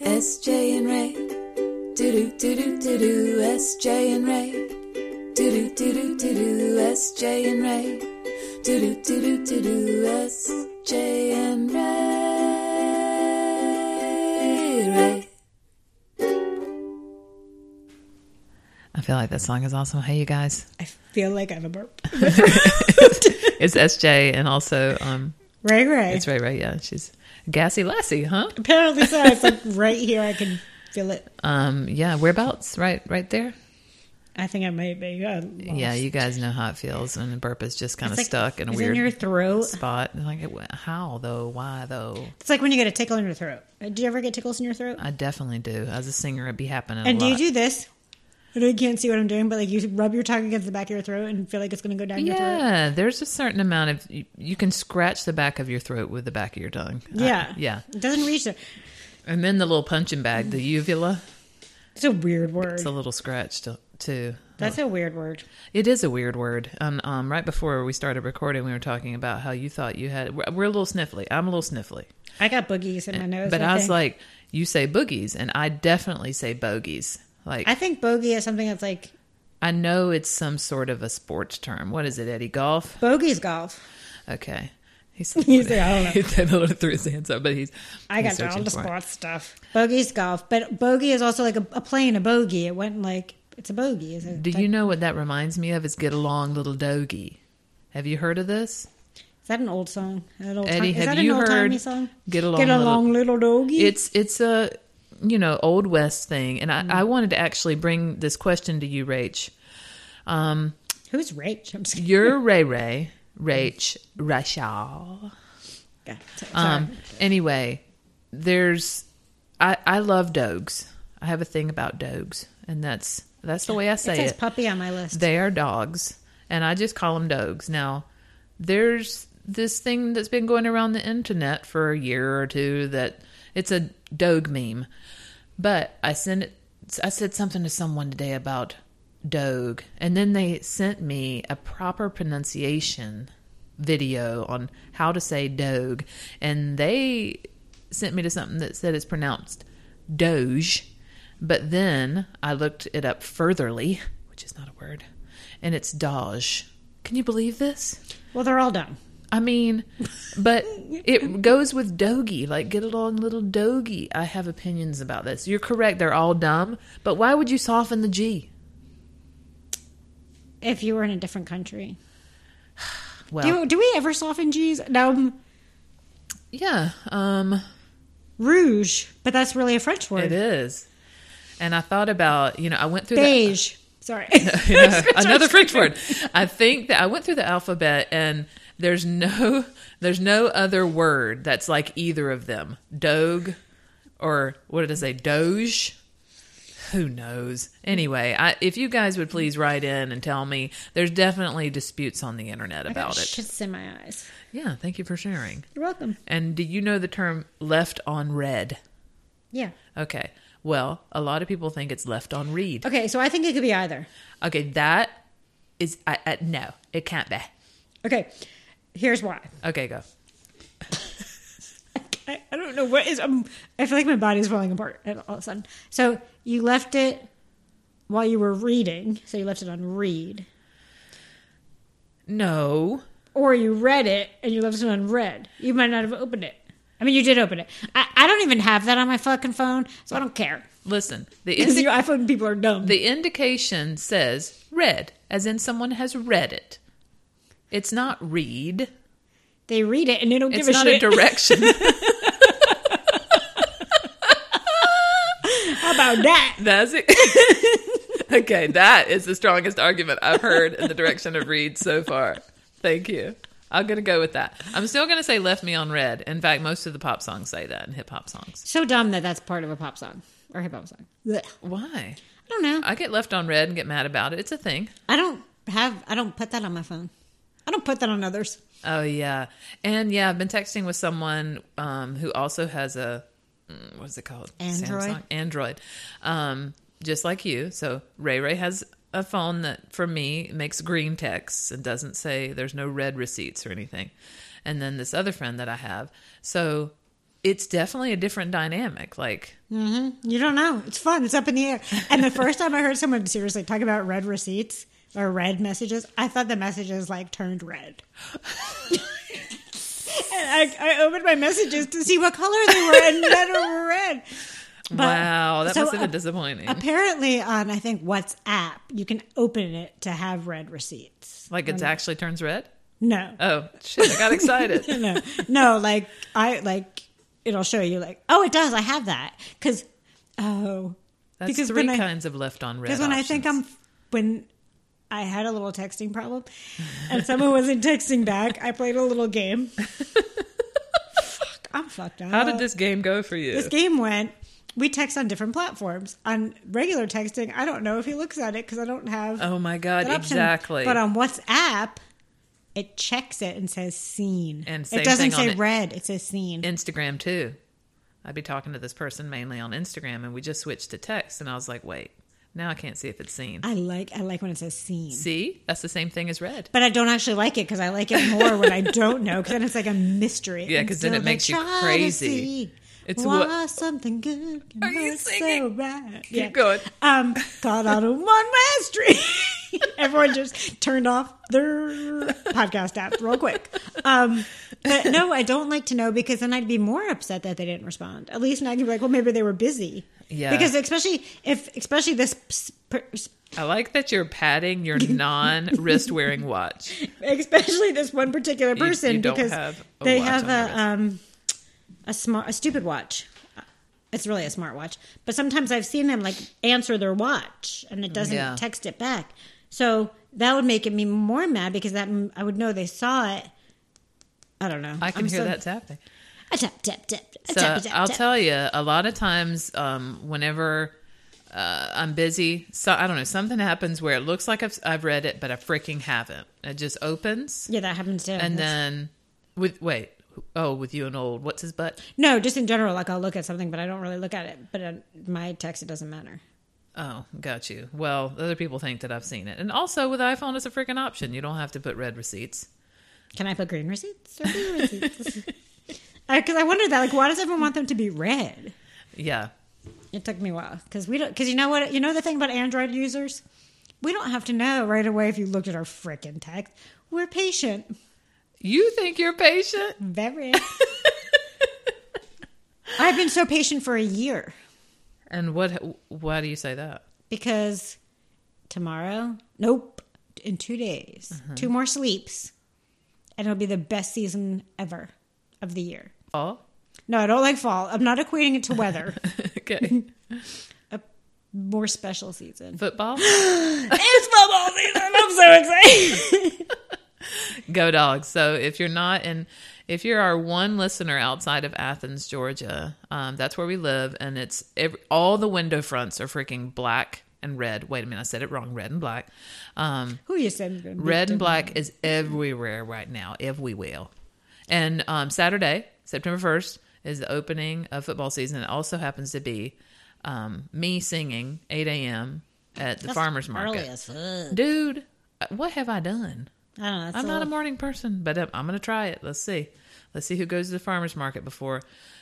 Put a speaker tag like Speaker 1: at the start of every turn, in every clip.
Speaker 1: SJ and Ray. Do do do do do do. SJ and Ray. Do do do do do do. SJ and Ray. Do do do do do do. SJ and Ray. Ray.
Speaker 2: I feel like that song is awesome. Hey, you guys,
Speaker 3: I feel like I have a burp.
Speaker 2: it's SJ and also um,
Speaker 3: Ray Ray.
Speaker 2: it's Ray Ray. Yeah, she's gassy lassie, huh?
Speaker 3: Apparently so. It's like right here. I can feel it.
Speaker 2: Um, yeah, whereabouts? Right, right there.
Speaker 3: I think I might be. Uh, lost.
Speaker 2: Yeah, you guys know how it feels when the burp is just kind of
Speaker 3: It's like-
Speaker 2: stuck in a
Speaker 3: it's
Speaker 2: weird
Speaker 3: in your throat.
Speaker 2: spot. And Like, it- how though? Why though?
Speaker 3: It's like when you get a tickle in your throat. Uh, Do you ever get tickles in your throat?
Speaker 2: I definitely do. As a singer, it'd be happening. a
Speaker 3: and do you
Speaker 2: lot.
Speaker 3: do this? I know you can't see what I'm doing, but like you rub your tongue against the back of your throat and feel like it's going to go down your throat.
Speaker 2: Yeah, there's a certain amount of you, you can scratch the back of your throat with the back of your tongue. I-
Speaker 3: Yeah.
Speaker 2: yeah,
Speaker 3: It doesn't reach there.
Speaker 2: and then the little punching bag, the uvula.
Speaker 3: It's a weird word.
Speaker 2: It's a little scratch to, too.
Speaker 3: That's a weird word.
Speaker 2: It is a weird word. And um, right before we started recording, we were talking about how you thought you had. We're, we're a little sniffly. I'm a little sniffly,
Speaker 3: I got boogies in my nose.
Speaker 2: Eh, but I was
Speaker 3: think.
Speaker 2: like, you say boogies, and I definitely say bogies. Like
Speaker 3: I think bogey is something that's like
Speaker 2: I know it's some sort of a sports term. What is it, Eddie Golf?
Speaker 3: bogey's golf.
Speaker 2: Okay. He's,
Speaker 3: He's like, I don't know.
Speaker 2: he said a little through his hands up, but he's.
Speaker 3: I
Speaker 2: he's
Speaker 3: got all
Speaker 2: searching
Speaker 3: the
Speaker 2: for it.
Speaker 3: sports stuff. Bogey's golf, but bogey is also like a, a plane, a bogey. It went like it's a bogey. Is it?
Speaker 2: Do you know what that reminds me of? Is Get Along Little Doggy. Have you heard of this?
Speaker 3: Is that an old song? An old
Speaker 2: Eddie,
Speaker 3: time, is
Speaker 2: have
Speaker 3: that
Speaker 2: you
Speaker 3: an old timey
Speaker 2: heard
Speaker 3: song?
Speaker 2: Get Along
Speaker 3: Get
Speaker 2: Little-
Speaker 3: along, little, doggy.
Speaker 2: It's it's a you know old west thing, and I,
Speaker 3: Mm-hmm.
Speaker 2: I wanted to actually bring this question to you, Rach. Um,
Speaker 3: Who's Rach? I'm just
Speaker 2: you're Ray Ray, Rach, Rachel.
Speaker 3: God, so- sorry.
Speaker 2: Um, anyway, there's I I love dogs. I have a thing about dogs, and that's that's the way I say
Speaker 3: it
Speaker 2: it.
Speaker 3: says puppy on my list.
Speaker 2: They are dogs, and I just call them dogs. Now, there's this thing that's been going around the internet for a year or two that it's a dog meme. But I sent it. I said something to someone today about dog, and then they sent me a proper pronunciation video on how to say dog, and they sent me to something that said it's pronounced doge. But then I looked it up furtherly, which is not a word, and it's Dodge. Can you believe this?
Speaker 3: well, they're all dumb.
Speaker 2: I mean, but it goes with dogie. Like, get along, little dogie. I have opinions about this. You're correct. They're all dumb. But why would you soften the G?
Speaker 3: If you were in a different country,
Speaker 2: Well,
Speaker 3: do,
Speaker 2: Oh.
Speaker 3: you- do we ever soften G's? No, um,
Speaker 2: yeah, um,
Speaker 3: rouge, but that's really a French word.
Speaker 2: it is. And I thought about, you know, I went through that-
Speaker 3: Beige. Sorry.
Speaker 2: Yeah, another French word. I think that I went through the alphabet and there's no there's no other word that's like either of them. Dog or what did I say? Doge? Who knows? Anyway, I, if you guys would please write in and tell me, there's definitely disputes on the internet
Speaker 3: I got
Speaker 2: about it.
Speaker 3: Shits in my eyes.
Speaker 2: Yeah, thank you for sharing.
Speaker 3: You're welcome.
Speaker 2: And do you know the term left on red?
Speaker 3: Yeah.
Speaker 2: Okay. Well, a lot of people think it's left on read.
Speaker 3: Okay, so I think it could be either.
Speaker 2: Okay, that is I, I, no, it can't be.
Speaker 3: Okay, here's why.
Speaker 2: Okay, go.
Speaker 3: I, I don't know what is. Um, I feel like my body's falling apart all of a sudden. So you left it while you were reading. So you left it on read,
Speaker 2: No.
Speaker 3: or you read it and you left it on read. You might not have opened it. I mean, you did open it. I, I don't even have that on my fucking phone, so I don't care.
Speaker 2: Listen, the,
Speaker 3: Because
Speaker 2: indi-
Speaker 3: your iPhone people are dumb.
Speaker 2: the indication says read, as in someone has read it. It's not read.
Speaker 3: They read it and they don't
Speaker 2: It's
Speaker 3: give a
Speaker 2: not
Speaker 3: shit
Speaker 2: a direction.
Speaker 3: about that.
Speaker 2: That's it. okay, that is the strongest argument I've heard in the direction of read so far. Thank you. I'm going to go with that. I'm still going to say left me on red. In fact, most of the pop songs say that in hip hop songs.
Speaker 3: So dumb that that's part of a pop song or hip hop song. Blech.
Speaker 2: Why?
Speaker 3: I don't know.
Speaker 2: I get left on red and get mad about it. It's a thing.
Speaker 3: I don't have. I don't put that on my phone. I don't put that on others.
Speaker 2: Oh yeah, and yeah, I've been texting with someone um, who also has a mm, what is it called?
Speaker 3: Android?
Speaker 2: Android, um, just like you. So Ray Ray has a phone that for me makes green texts and doesn't say there's no red receipts or anything. And then this other friend that I have, so it's definitely a different dynamic. Like,
Speaker 3: You don't know. It's fun. It's up in the air. And the first time I heard someone seriously talk about red receipts or red messages, I thought the messages like turned red. and I, I opened my messages to see what color they were, and none were red. But-
Speaker 2: wow, that
Speaker 3: so
Speaker 2: must have been
Speaker 3: a-
Speaker 2: disappointing.
Speaker 3: Apparently, on I think WhatsApp, you can open it to have red receipts.
Speaker 2: like, it actually turns red.
Speaker 3: No,
Speaker 2: Oh shit! I got excited.
Speaker 3: no, no. Like I like it'll show you like oh it does I have that because oh
Speaker 2: That's
Speaker 3: Because
Speaker 2: three
Speaker 3: when I-
Speaker 2: kinds of left on red.
Speaker 3: Because when I think
Speaker 2: options.
Speaker 3: I'm when I had a little texting problem and someone wasn't texting back, I played a little game. Fuck, I'm fucked up.
Speaker 2: how did this game go for you?
Speaker 3: this game went? We text on different platforms. On regular texting, I don't know if he looks at it because I don't have
Speaker 2: oh my god!
Speaker 3: that option.
Speaker 2: Exactly.
Speaker 3: But on WhatsApp, it checks it and says seen.
Speaker 2: And
Speaker 3: it
Speaker 2: same
Speaker 3: doesn't
Speaker 2: thing on
Speaker 3: say
Speaker 2: it.
Speaker 3: red. It says seen.
Speaker 2: Instagram too. I'd be talking to this person mainly on Instagram, and we just switched to text, and I was like, wait, now I can't see if it's seen.
Speaker 3: I like I like when it says seen.
Speaker 2: see, that's the same thing as red.
Speaker 3: But I don't actually like it because I like it more when I don't know because then it's like a mystery.
Speaker 2: Yeah, 'cause then it
Speaker 3: Until
Speaker 2: makes
Speaker 3: they
Speaker 2: you
Speaker 3: try to
Speaker 2: crazy.
Speaker 3: see
Speaker 2: It's
Speaker 3: why
Speaker 2: what-
Speaker 3: something good can
Speaker 2: Are you
Speaker 3: hurt so
Speaker 2: singing?
Speaker 3: bad. Keep
Speaker 2: going.
Speaker 3: Um, caught out on one way street. Everyone just turned off their podcast app real quick. Um, but no, I don't like to know because then I'd be more upset that they didn't respond. At least now I can be like, well, maybe they were busy.
Speaker 2: Yeah.
Speaker 3: Because especially if especially this s- per-
Speaker 2: I like that you're patting your non wrist wearing watch.
Speaker 3: especially this one particular
Speaker 2: you
Speaker 3: person
Speaker 2: don't
Speaker 3: because
Speaker 2: have a
Speaker 3: they
Speaker 2: watch
Speaker 3: have
Speaker 2: on your
Speaker 3: a
Speaker 2: wrist.
Speaker 3: um a smart a stupid watch. It's really a smart watch, but sometimes I've seen them like answer their watch and it doesn't
Speaker 2: Yeah.
Speaker 3: text it back. So that would make it me more mad because that I would know they saw it. I don't know.
Speaker 2: I can
Speaker 3: I'm
Speaker 2: hear
Speaker 3: so-
Speaker 2: that tapping.
Speaker 3: A tap tap tap. a
Speaker 2: So
Speaker 3: tap, a tap,
Speaker 2: I'll
Speaker 3: tap.
Speaker 2: tell you, a lot of times, um, whenever uh, I'm busy, so I don't know, something happens where it looks like I've, I've read it, but I freaking haven't. It just opens,
Speaker 3: Yeah, that happens too.
Speaker 2: and
Speaker 3: That's-
Speaker 2: then with wait, oh, with you and old, what's his butt?
Speaker 3: no, just in general, like I'll look at something, but I don't really look at it. But in my text, it doesn't matter.
Speaker 2: Oh, got you. Well, other people think that I've seen it, and also with iPhone, it's a freaking option. You don't have to put red receipts.
Speaker 3: Can I put green receipts or blue receipts? Because I wondered that, like, why does everyone want them to be red?
Speaker 2: Yeah,
Speaker 3: It took me a while because we don't. Because you know what? You know the thing about Android users, we don't have to know right away if you looked at our frickin' text. We're patient,
Speaker 2: you think you're patient?
Speaker 3: very. I've been so patient for a year
Speaker 2: And what? Why do you say that?
Speaker 3: because tomorrow, nope, in two days, two more sleeps, and it'll be the best season ever of the year.
Speaker 2: Oh,
Speaker 3: No, I don't like fall. I'm not equating it to weather.
Speaker 2: okay.
Speaker 3: a more special season.
Speaker 2: Football,
Speaker 3: it's football season. I'm so excited.
Speaker 2: go dogs. So if you're not in, if you're our one listener outside of Athens, Georgia, um, that's where we live, and it's every, all the window fronts are freaking black and red. Wait a minute, I said it wrong. Red and black. Um,
Speaker 3: Who you said? was gonna be
Speaker 2: Red and
Speaker 3: different?
Speaker 2: black is everywhere right now, if we will. And um, Saturday, September 1st, is the opening of football season. It also happens to be um, me singing 8 a.m. at the farmer's market.
Speaker 3: Early as fuck. I don't
Speaker 2: Dude, uh, what have I done?
Speaker 3: know. That's
Speaker 2: I'm not a
Speaker 3: little-
Speaker 2: morning person, but uh, I'm, I'm going to try it. Let's see. Let's see who goes to the farmer's market before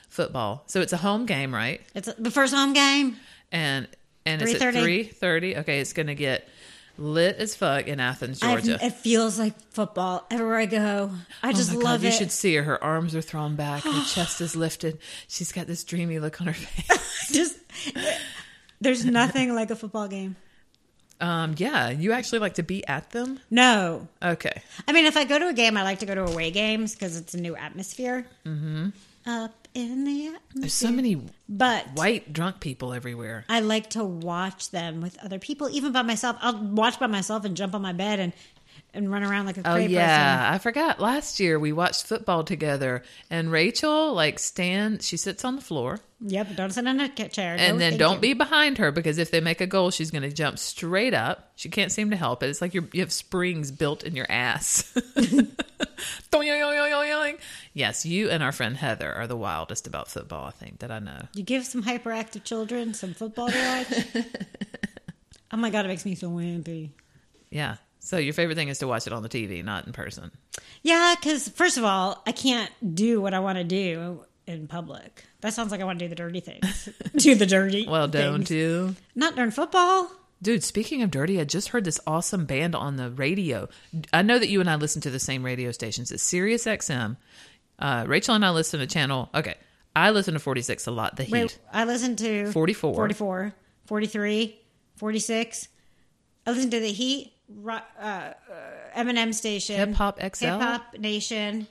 Speaker 2: football. So it's a home game, right?
Speaker 3: It's the first home game.
Speaker 2: And and it's at
Speaker 3: 3:30.
Speaker 2: 3:30. Okay, it's going to get lit as fuck in Athens,
Speaker 3: I've,
Speaker 2: Georgia.
Speaker 3: it feels like football everywhere I go. I
Speaker 2: Oh
Speaker 3: just
Speaker 2: my God,
Speaker 3: love
Speaker 2: You
Speaker 3: it.
Speaker 2: should see her. Her arms are thrown back. Her chest is lifted. She's got this dreamy look on her face.
Speaker 3: just there's nothing like a football game.
Speaker 2: Um, yeah, you actually like to be at them.
Speaker 3: No,
Speaker 2: Okay,
Speaker 3: I mean if I go to a game, I like to go to away games because it's a new atmosphere. Mm-hmm. Up in the atmosphere,
Speaker 2: there's so many
Speaker 3: but
Speaker 2: white drunk people everywhere.
Speaker 3: I like to watch them with other people, even by myself. I'll watch by myself and jump on my bed and and run around like a
Speaker 2: Oh
Speaker 3: crazy
Speaker 2: yeah, I forgot. Last year we watched football together, and Rachel like stand. She sits on the floor,
Speaker 3: person. Yep, don't sit in a ca- chair.
Speaker 2: and
Speaker 3: No,
Speaker 2: then
Speaker 3: thank
Speaker 2: don't
Speaker 3: you.
Speaker 2: be behind her because if they make a goal, she's going to jump straight up. She can't seem to help it. It's like you're, you have springs built in your ass. Doing, yoing, yoing, yoing, yoing. yes, you and our friend Heather are the wildest about football. I think that I know.
Speaker 3: You give some hyperactive children some football to watch. oh my god, it makes me so wimpy.
Speaker 2: Yeah. So your favorite thing is to watch it on the TV, not in person.
Speaker 3: Yeah, because first of all, I can't do what I want to do in public. That sounds like I want to do the dirty things. do the dirty.
Speaker 2: Well, don't
Speaker 3: things.
Speaker 2: you?
Speaker 3: Not during football.
Speaker 2: Dude, speaking of dirty, I just heard this awesome band on the radio. I know that you and I listen to the same radio stations. It's Sirius XM. Uh, Rachel and I listen to channel. Okay, I listen to 46 a lot. The Heat.
Speaker 3: Wait, I listened to
Speaker 2: 44.
Speaker 3: 44, 43, 46. I listened to The Heat, Ro- uh, uh, Eminem Station,
Speaker 2: Hip Hop XL?
Speaker 3: Hip Hop Nation,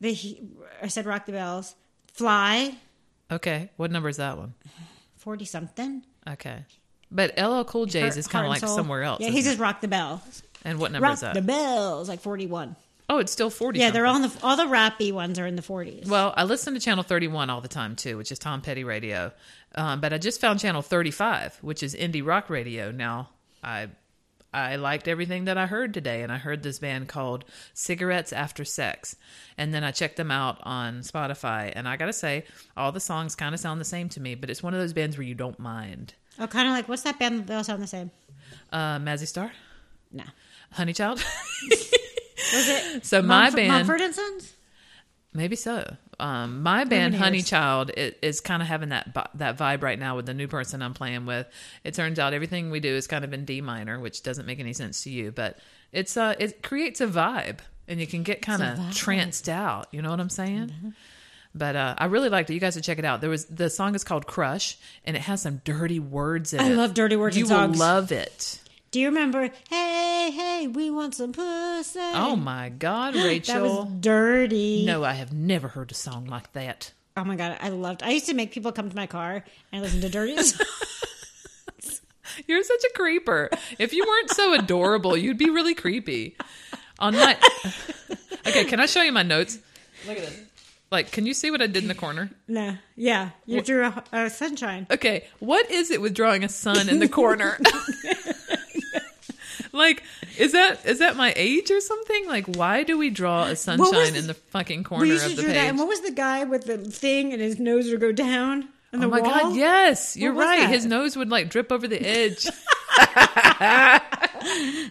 Speaker 3: The Heat, I said Rock the Bells, Fly,
Speaker 2: Okay, what number is that one?
Speaker 3: 40 something.
Speaker 2: Okay, but LL Cool J's is kind of like somewhere else.
Speaker 3: Yeah,
Speaker 2: isn't
Speaker 3: he
Speaker 2: it?
Speaker 3: says Rock the Bell.
Speaker 2: and what number
Speaker 3: Rock
Speaker 2: is that?
Speaker 3: the Bells, like 41.
Speaker 2: oh, it's still 40.
Speaker 3: Yeah, they're
Speaker 2: something.
Speaker 3: all in the, all the rappy ones are in the 40s.
Speaker 2: Well, I listen to Channel 31 all the time too, which is Tom Petty radio. Um, but I just found Channel 35, which is indie rock radio. Now, I I liked everything that I heard today, and I heard this band called Cigarettes After Sex, and then I checked them out on Spotify, and I gotta say, all the songs kind of sound the same to me. But it's one of those bands where you don't mind.
Speaker 3: Oh, kind of like, what's that band that they all sound the same?
Speaker 2: Uh, Mazzy Star,
Speaker 3: No.
Speaker 2: Honeychild.
Speaker 3: Was it
Speaker 2: so my
Speaker 3: Mumf-
Speaker 2: band,
Speaker 3: Mumford and Sons?
Speaker 2: Maybe so. Um, my band
Speaker 3: many
Speaker 2: Honey
Speaker 3: years?
Speaker 2: Child is, is kind of having that vi- that vibe right now with the new person I'm playing with. It turns out everything we do is kind of in D minor, which doesn't make any sense to you, but it's uh it creates a vibe and you can get kind of tranced out. You know what I'm saying?
Speaker 3: Mm-hmm.
Speaker 2: But uh, I really liked it. You guys should check it out. There was the song is called Crush, and it has some dirty words in
Speaker 3: I
Speaker 2: it.
Speaker 3: love dirty words
Speaker 2: You
Speaker 3: in
Speaker 2: will
Speaker 3: songs.
Speaker 2: love it.
Speaker 3: Do you remember? Hey, hey, we want some pussy.
Speaker 2: Oh my God,
Speaker 3: that was
Speaker 2: Rachel!
Speaker 3: dirty.
Speaker 2: No, I have never heard a song like that.
Speaker 3: Oh my god, I loved. I used to make people come to my car and listen to dirty.
Speaker 2: You're such a creeper. If you weren't so adorable, you'd be really creepy. On my Okay, can I show you my notes? Look at this. Like, can you see what I did in the corner?
Speaker 3: no, yeah, you drew a, a sunshine.
Speaker 2: Okay, what is it with drawing a sun in the corner? like, is that is that my age or something? Like, why do we draw a sunshine in the fucking
Speaker 3: We
Speaker 2: corner
Speaker 3: used to
Speaker 2: of the
Speaker 3: do that.
Speaker 2: page?
Speaker 3: And what was the guy with the thing and his nose would go down on the
Speaker 2: Oh my
Speaker 3: wall?
Speaker 2: god, yes, you're
Speaker 3: was
Speaker 2: right.
Speaker 3: that?
Speaker 2: His nose would like drip over the edge.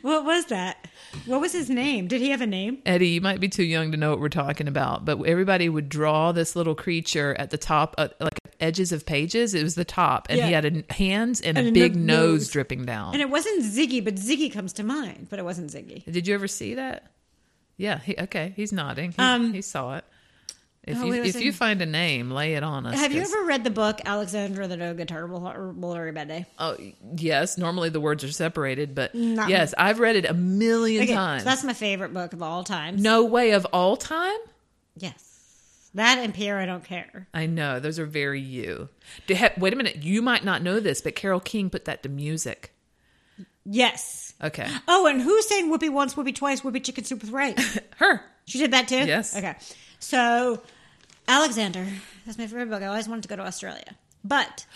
Speaker 3: What was that? What was his name? Did he have a name?
Speaker 2: Eddie, you might be too young to know what we're talking about, but everybody would draw this little creature at the top, uh, like edges of pages. It was the top, and he
Speaker 3: Yeah.
Speaker 2: had a, hands and,
Speaker 3: And
Speaker 2: a
Speaker 3: a
Speaker 2: big
Speaker 3: no-
Speaker 2: nose,
Speaker 3: nose.
Speaker 2: dripping down.
Speaker 3: And it wasn't Ziggy, but Ziggy comes to mind. But it wasn't Ziggy.
Speaker 2: Did you ever see that? Yeah. He, okay, he's nodding. He,
Speaker 3: Um,
Speaker 2: he saw it. If
Speaker 3: oh,
Speaker 2: you
Speaker 3: wait,
Speaker 2: if
Speaker 3: listen.
Speaker 2: you find a name, lay it on us.
Speaker 3: Have you
Speaker 2: 'cause-
Speaker 3: ever read the book Alexandra the Noga Terrible Horrible Horrible Bad Day?
Speaker 2: Oh, yes. Normally the words are separated, but
Speaker 3: No.
Speaker 2: yes, I've read it a million
Speaker 3: Okay, so
Speaker 2: times.
Speaker 3: that's my favorite book of all time.
Speaker 2: no way of all time.
Speaker 3: Yes. That and Pierre, I don't care.
Speaker 2: I know those are very you. Do- he- Wait a minute, you might not know this, but Carol King put that to music.
Speaker 3: Yes.
Speaker 2: Okay.
Speaker 3: Oh, and who sang Whoopie once, Whoopie twice, Whoopie chicken soup with rice?
Speaker 2: Her.
Speaker 3: she did that too?
Speaker 2: Yes.
Speaker 3: Okay. So, Alexander, that's my favorite book. I always wanted to go to Australia. But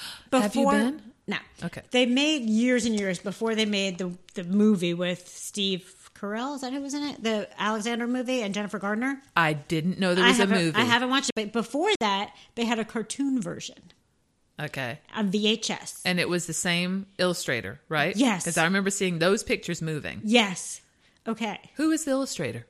Speaker 3: before.
Speaker 2: Have you been?
Speaker 3: No.
Speaker 2: Okay.
Speaker 3: They made years and years before they made the, the movie with Steve Carell. Is that who was in it? The Alexander movie and Jennifer Gardner.
Speaker 2: I didn't know there was
Speaker 3: I
Speaker 2: a
Speaker 3: haven't,
Speaker 2: movie.
Speaker 3: I haven't watched it. But before that, they had a cartoon version
Speaker 2: Okay.
Speaker 3: on VHS.
Speaker 2: And it was the same illustrator, right?
Speaker 3: Yes.
Speaker 2: Because I remember seeing those pictures moving.
Speaker 3: Yes. Okay.
Speaker 2: Who is the illustrator?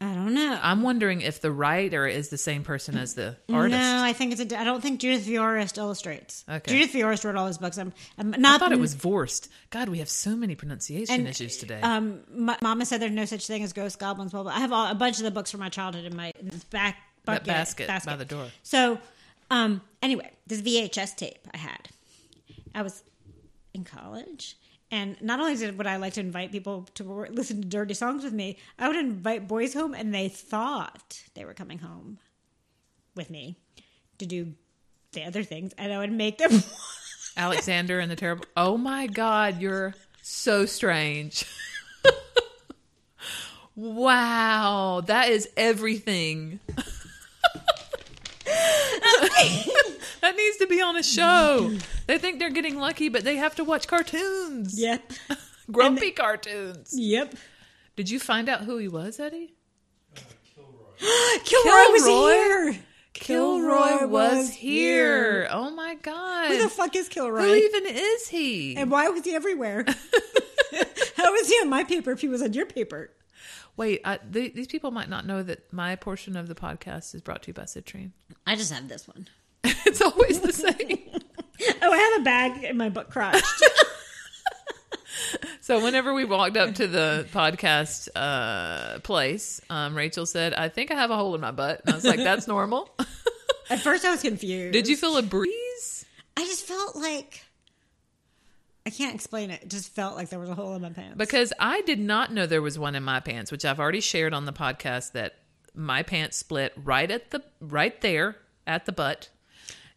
Speaker 3: I don't know.
Speaker 2: I'm wondering if the writer is the same person as the artist.
Speaker 3: No, I think it's a. I don't think Judith Viorist illustrates.
Speaker 2: Okay.
Speaker 3: Judith Viorist wrote all his books. I'm, I'm
Speaker 2: I
Speaker 3: not.
Speaker 2: thought it was Vorst. God, we have so many pronunciation
Speaker 3: And,
Speaker 2: issues today.
Speaker 3: Um, my, Mama said there's no such thing as ghosts, goblins, blah blah. I have all, a bunch of the books from my childhood in my in this back
Speaker 2: That
Speaker 3: bucket,
Speaker 2: basket by the door.
Speaker 3: So, um, anyway, this VHS tape I had. I was in college. And not only did would I like to invite people to wor- listen to dirty songs with me, I would invite boys home, and they thought they were coming home with me to do the other things, and I would make them.
Speaker 2: Alexander and the Terrible. Oh my God, you're so strange. wow, that is everything. that needs to be on a show. They think they're getting lucky, but they have to watch cartoons,
Speaker 3: yep,
Speaker 2: grumpy cartoons.
Speaker 3: yep.
Speaker 2: Did you find out who he was, Eddie?
Speaker 3: Kilroy, was
Speaker 2: Kilroy?
Speaker 3: here.
Speaker 2: Kilroy was here. Oh my God.
Speaker 3: Who the fuck is Kilroy?
Speaker 2: Who even is he?
Speaker 3: and why was he everywhere? How was he on my paper if he was on your paper?
Speaker 2: Wait, I, th- these people might not know that my portion of the podcast is brought to you by Citrine.
Speaker 3: I just have this one.
Speaker 2: It's always the same.
Speaker 3: Oh, I have a bag in my butt crotch.
Speaker 2: So whenever we walked up to the podcast uh, place, um, Rachel said, "I think I have a hole in my butt," and I was like, "That's normal."
Speaker 3: At first, I was confused.
Speaker 2: Did you feel a breeze?
Speaker 3: I just felt like I can't explain it. It just felt like there was a hole in my pants.
Speaker 2: Because I did not know there was one in my pants, which I've already shared on the podcast that my pants split right at the right there at the butt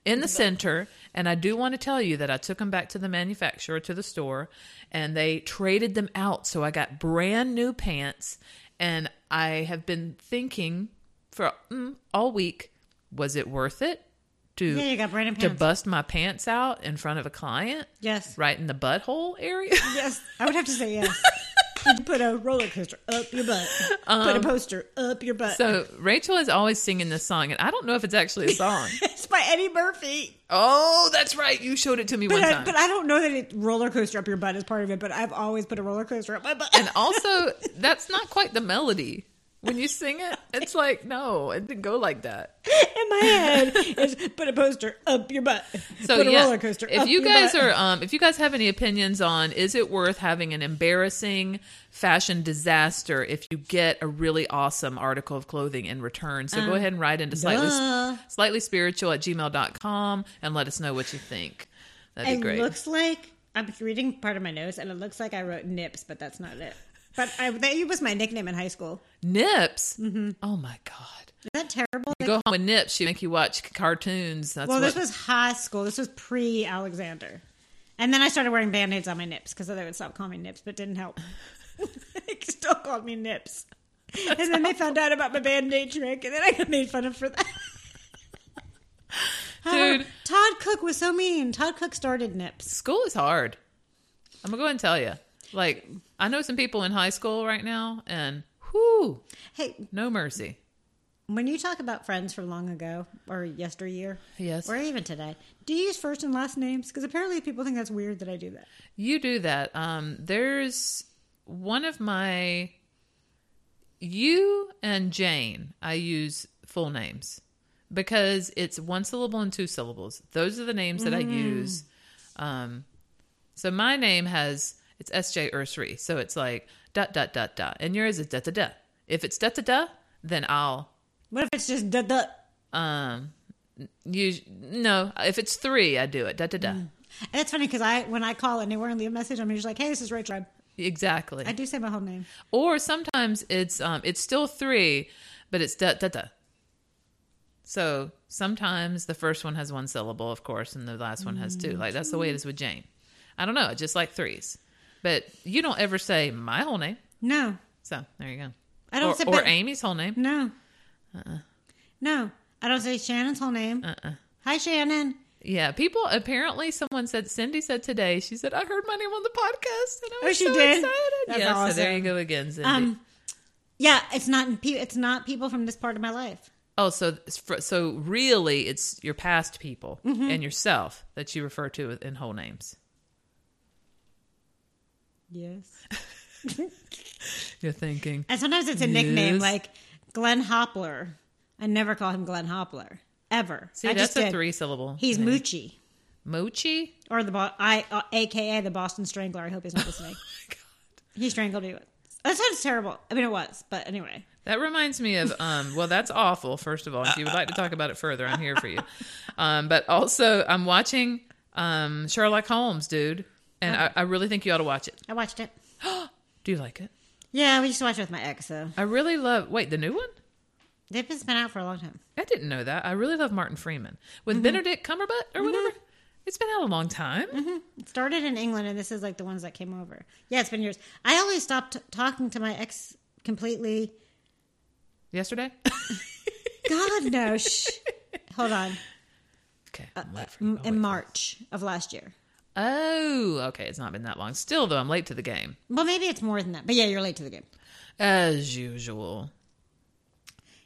Speaker 2: in the center. And I do want to tell you that I took them back to the manufacturer to the store and they traded them out. So I got brand new pants. And I have been thinking for mm, all week was it worth it to,
Speaker 3: yeah, you got brand new
Speaker 2: to
Speaker 3: pants.
Speaker 2: bust my pants out in front of a client?
Speaker 3: yes,
Speaker 2: Right in the butthole area?
Speaker 3: yes, I would have to say yes. You put a roller coaster up your butt. put a poster up your butt.
Speaker 2: So Rachel is always singing this song, and I don't know if it's actually a song.
Speaker 3: it's by Eddie Murphy.
Speaker 2: oh, that's right. You showed it to me one
Speaker 3: But I,
Speaker 2: time.
Speaker 3: but I don't know that it roller coaster up your butt is part of it. But I've always put a roller coaster up my butt.
Speaker 2: and also, that's not quite the melody. When you sing it, it's like, no, it didn't go like that.
Speaker 3: in my head is put a poster up your butt.
Speaker 2: So
Speaker 3: put a
Speaker 2: yeah,
Speaker 3: roller coaster.
Speaker 2: if
Speaker 3: up
Speaker 2: you
Speaker 3: your
Speaker 2: guys
Speaker 3: butt.
Speaker 2: are, um, if you guys have any opinions on, is it worth having an embarrassing fashion disaster if you get a really awesome article of clothing in return? So go ahead and write into slightly,
Speaker 3: Uh, duh.
Speaker 2: slightly spiritual at gmail.com and let us know what you think. That'd
Speaker 3: it
Speaker 2: be great.
Speaker 3: looks like I'm reading part of my nose, and it looks like I wrote nips, but that's not it. But I, that was my nickname in high school.
Speaker 2: Nips.
Speaker 3: Mm-hmm.
Speaker 2: Oh my god!
Speaker 3: Is that terrible?
Speaker 2: You go home with nips. She make you watch c- cartoons. That's
Speaker 3: well,
Speaker 2: what,
Speaker 3: this was high school. This was pre Alexander. And then I started wearing band aids on my nips because they would stop calling me nips, but didn't help. they still called me nips. and then they found out about my band aid trick, and then I got made fun of for that.
Speaker 2: Dude.
Speaker 3: Todd Cook was so mean. Todd Cook started nips.
Speaker 2: school is hard. I'm gonna go ahead and tell you. Like I know some people in high school right now, and whoo,
Speaker 3: Hey,
Speaker 2: no mercy.
Speaker 3: when you talk about friends from long ago or yesteryear,
Speaker 2: Yes,
Speaker 3: or even today, do you use first and last names? Because apparently people think that's weird that I do that.
Speaker 2: you do that. Um, there's one of my you and Jane. I use full names because it's one syllable and two syllables. Those are the names that I use. Um, so my name has it's SJ Ursary. So it's like dot dot dot dot, and yours is da da da. If it's da da da, then I'll
Speaker 3: What if it's just duh, duh?
Speaker 2: um use no. If it's three, I do it da da da.
Speaker 3: And it's funny because I when I call anywhere and leave a message, I'm usually like, "Hey, this is Rachel."
Speaker 2: Exactly.
Speaker 3: I do say my whole name.
Speaker 2: Or sometimes it's um it's still three, but it's da da da. So sometimes the first one has one syllable, of course, and the last one has two. Like that's the way it is with Jane. I don't know, I just like threes. But you don't ever say my whole name.
Speaker 3: No,
Speaker 2: So there you go.
Speaker 3: I don't
Speaker 2: or,
Speaker 3: say
Speaker 2: or
Speaker 3: but-
Speaker 2: Amy's whole name.
Speaker 3: no, no. I don't say Shannon's whole name.
Speaker 2: Uh-uh.
Speaker 3: Hi, Shannon.
Speaker 2: Yeah, people apparently someone said Cindy said today, she said, I heard my name on the podcast and I
Speaker 3: Oh,
Speaker 2: was
Speaker 3: she
Speaker 2: so
Speaker 3: did?
Speaker 2: excited.
Speaker 3: That's
Speaker 2: yeah, so there
Speaker 3: awesome.
Speaker 2: you go again, Cindy.
Speaker 3: Um, yeah, it's not pe- it's not people from this part of my life.
Speaker 2: Oh, so fr- so really, it's your past people
Speaker 3: Mm-hmm.
Speaker 2: and yourself that you refer to in whole names.
Speaker 3: Yes,
Speaker 2: You're thinking,
Speaker 3: and sometimes it's a nickname
Speaker 2: Yes.
Speaker 3: like Glenn Hopler. I never call him Glenn Hopler ever.
Speaker 2: see,
Speaker 3: I
Speaker 2: that's a
Speaker 3: did.
Speaker 2: three syllable.
Speaker 3: He's Moochie.
Speaker 2: mochi.
Speaker 3: or the Bo- I, uh, AKA the Boston Strangler. I hope he's not listening. He strangled me. With- that sounds terrible. I mean, it was, but anyway.
Speaker 2: That reminds me of um well that's awful first of all if you would like to talk about it further I'm here for you. Um but also I'm watching um Sherlock Holmes dude and
Speaker 3: Oh.
Speaker 2: I, I really think you ought to watch it.
Speaker 3: I watched it.
Speaker 2: Do you like it?
Speaker 3: Yeah, we used to watch it with my ex, so
Speaker 2: I really love wait the new one?
Speaker 3: they've been spent out for a long time.
Speaker 2: I didn't know that. I really love Martin Freeman with
Speaker 3: Mm-hmm.
Speaker 2: Benedict Cumberbatch or whatever. It's been out a long time.
Speaker 3: It started in England, and this is like the ones that came over. Yeah, it's been years. I always stopped talking to my ex completely.
Speaker 2: Yesterday.
Speaker 3: God, no. Shh. Hold on.
Speaker 2: Okay. I'm late for you.
Speaker 3: M-
Speaker 2: I'll
Speaker 3: In
Speaker 2: wait.
Speaker 3: March of last
Speaker 2: mm,
Speaker 3: year.
Speaker 2: Oh, okay. It's not been that long. Still, though, I'm late to the game.
Speaker 3: Well, maybe it's more than that, but yeah, you're late to the game.
Speaker 2: As usual.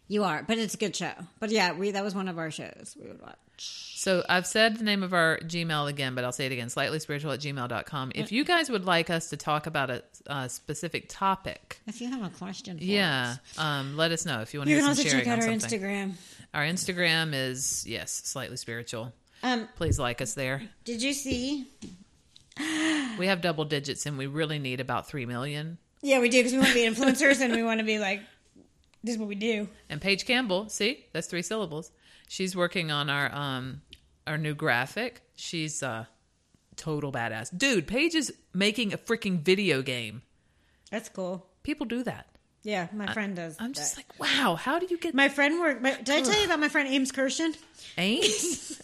Speaker 3: You are, but it's a good show. But yeah, we that was one of our shows we would watch.
Speaker 2: So I've said the name of our Gmail again, but I'll say it again slightly spiritual at gmail.com.
Speaker 3: Uh,
Speaker 2: If you guys would like us to talk about a, a specific topic,
Speaker 3: If you have a question, for
Speaker 2: yeah,
Speaker 3: us.
Speaker 2: um, let us know if you want to
Speaker 3: you
Speaker 2: do
Speaker 3: can
Speaker 2: some
Speaker 3: also
Speaker 2: sharing
Speaker 3: check out
Speaker 2: on
Speaker 3: our
Speaker 2: something.
Speaker 3: Instagram.
Speaker 2: Our Instagram is, yes, slightly spiritual.
Speaker 3: Um,
Speaker 2: Please like us there.
Speaker 3: did you see?
Speaker 2: We have double digits and we really need about 3 million.
Speaker 3: Yeah, we do because we want to be influencers and we want to be like, this is what we do.
Speaker 2: And Paige Campbell, see, that's three syllables. She's working on our um our new graphic. She's a total badass. Dude, Paige is making a freaking video game.
Speaker 3: That's cool.
Speaker 2: People do that.
Speaker 3: Yeah, my friend does.
Speaker 2: I'm just
Speaker 3: that.
Speaker 2: like, wow, how do you get
Speaker 3: my friend worked. My, did I tell you about my friend Ames Kirshen?
Speaker 2: Ames?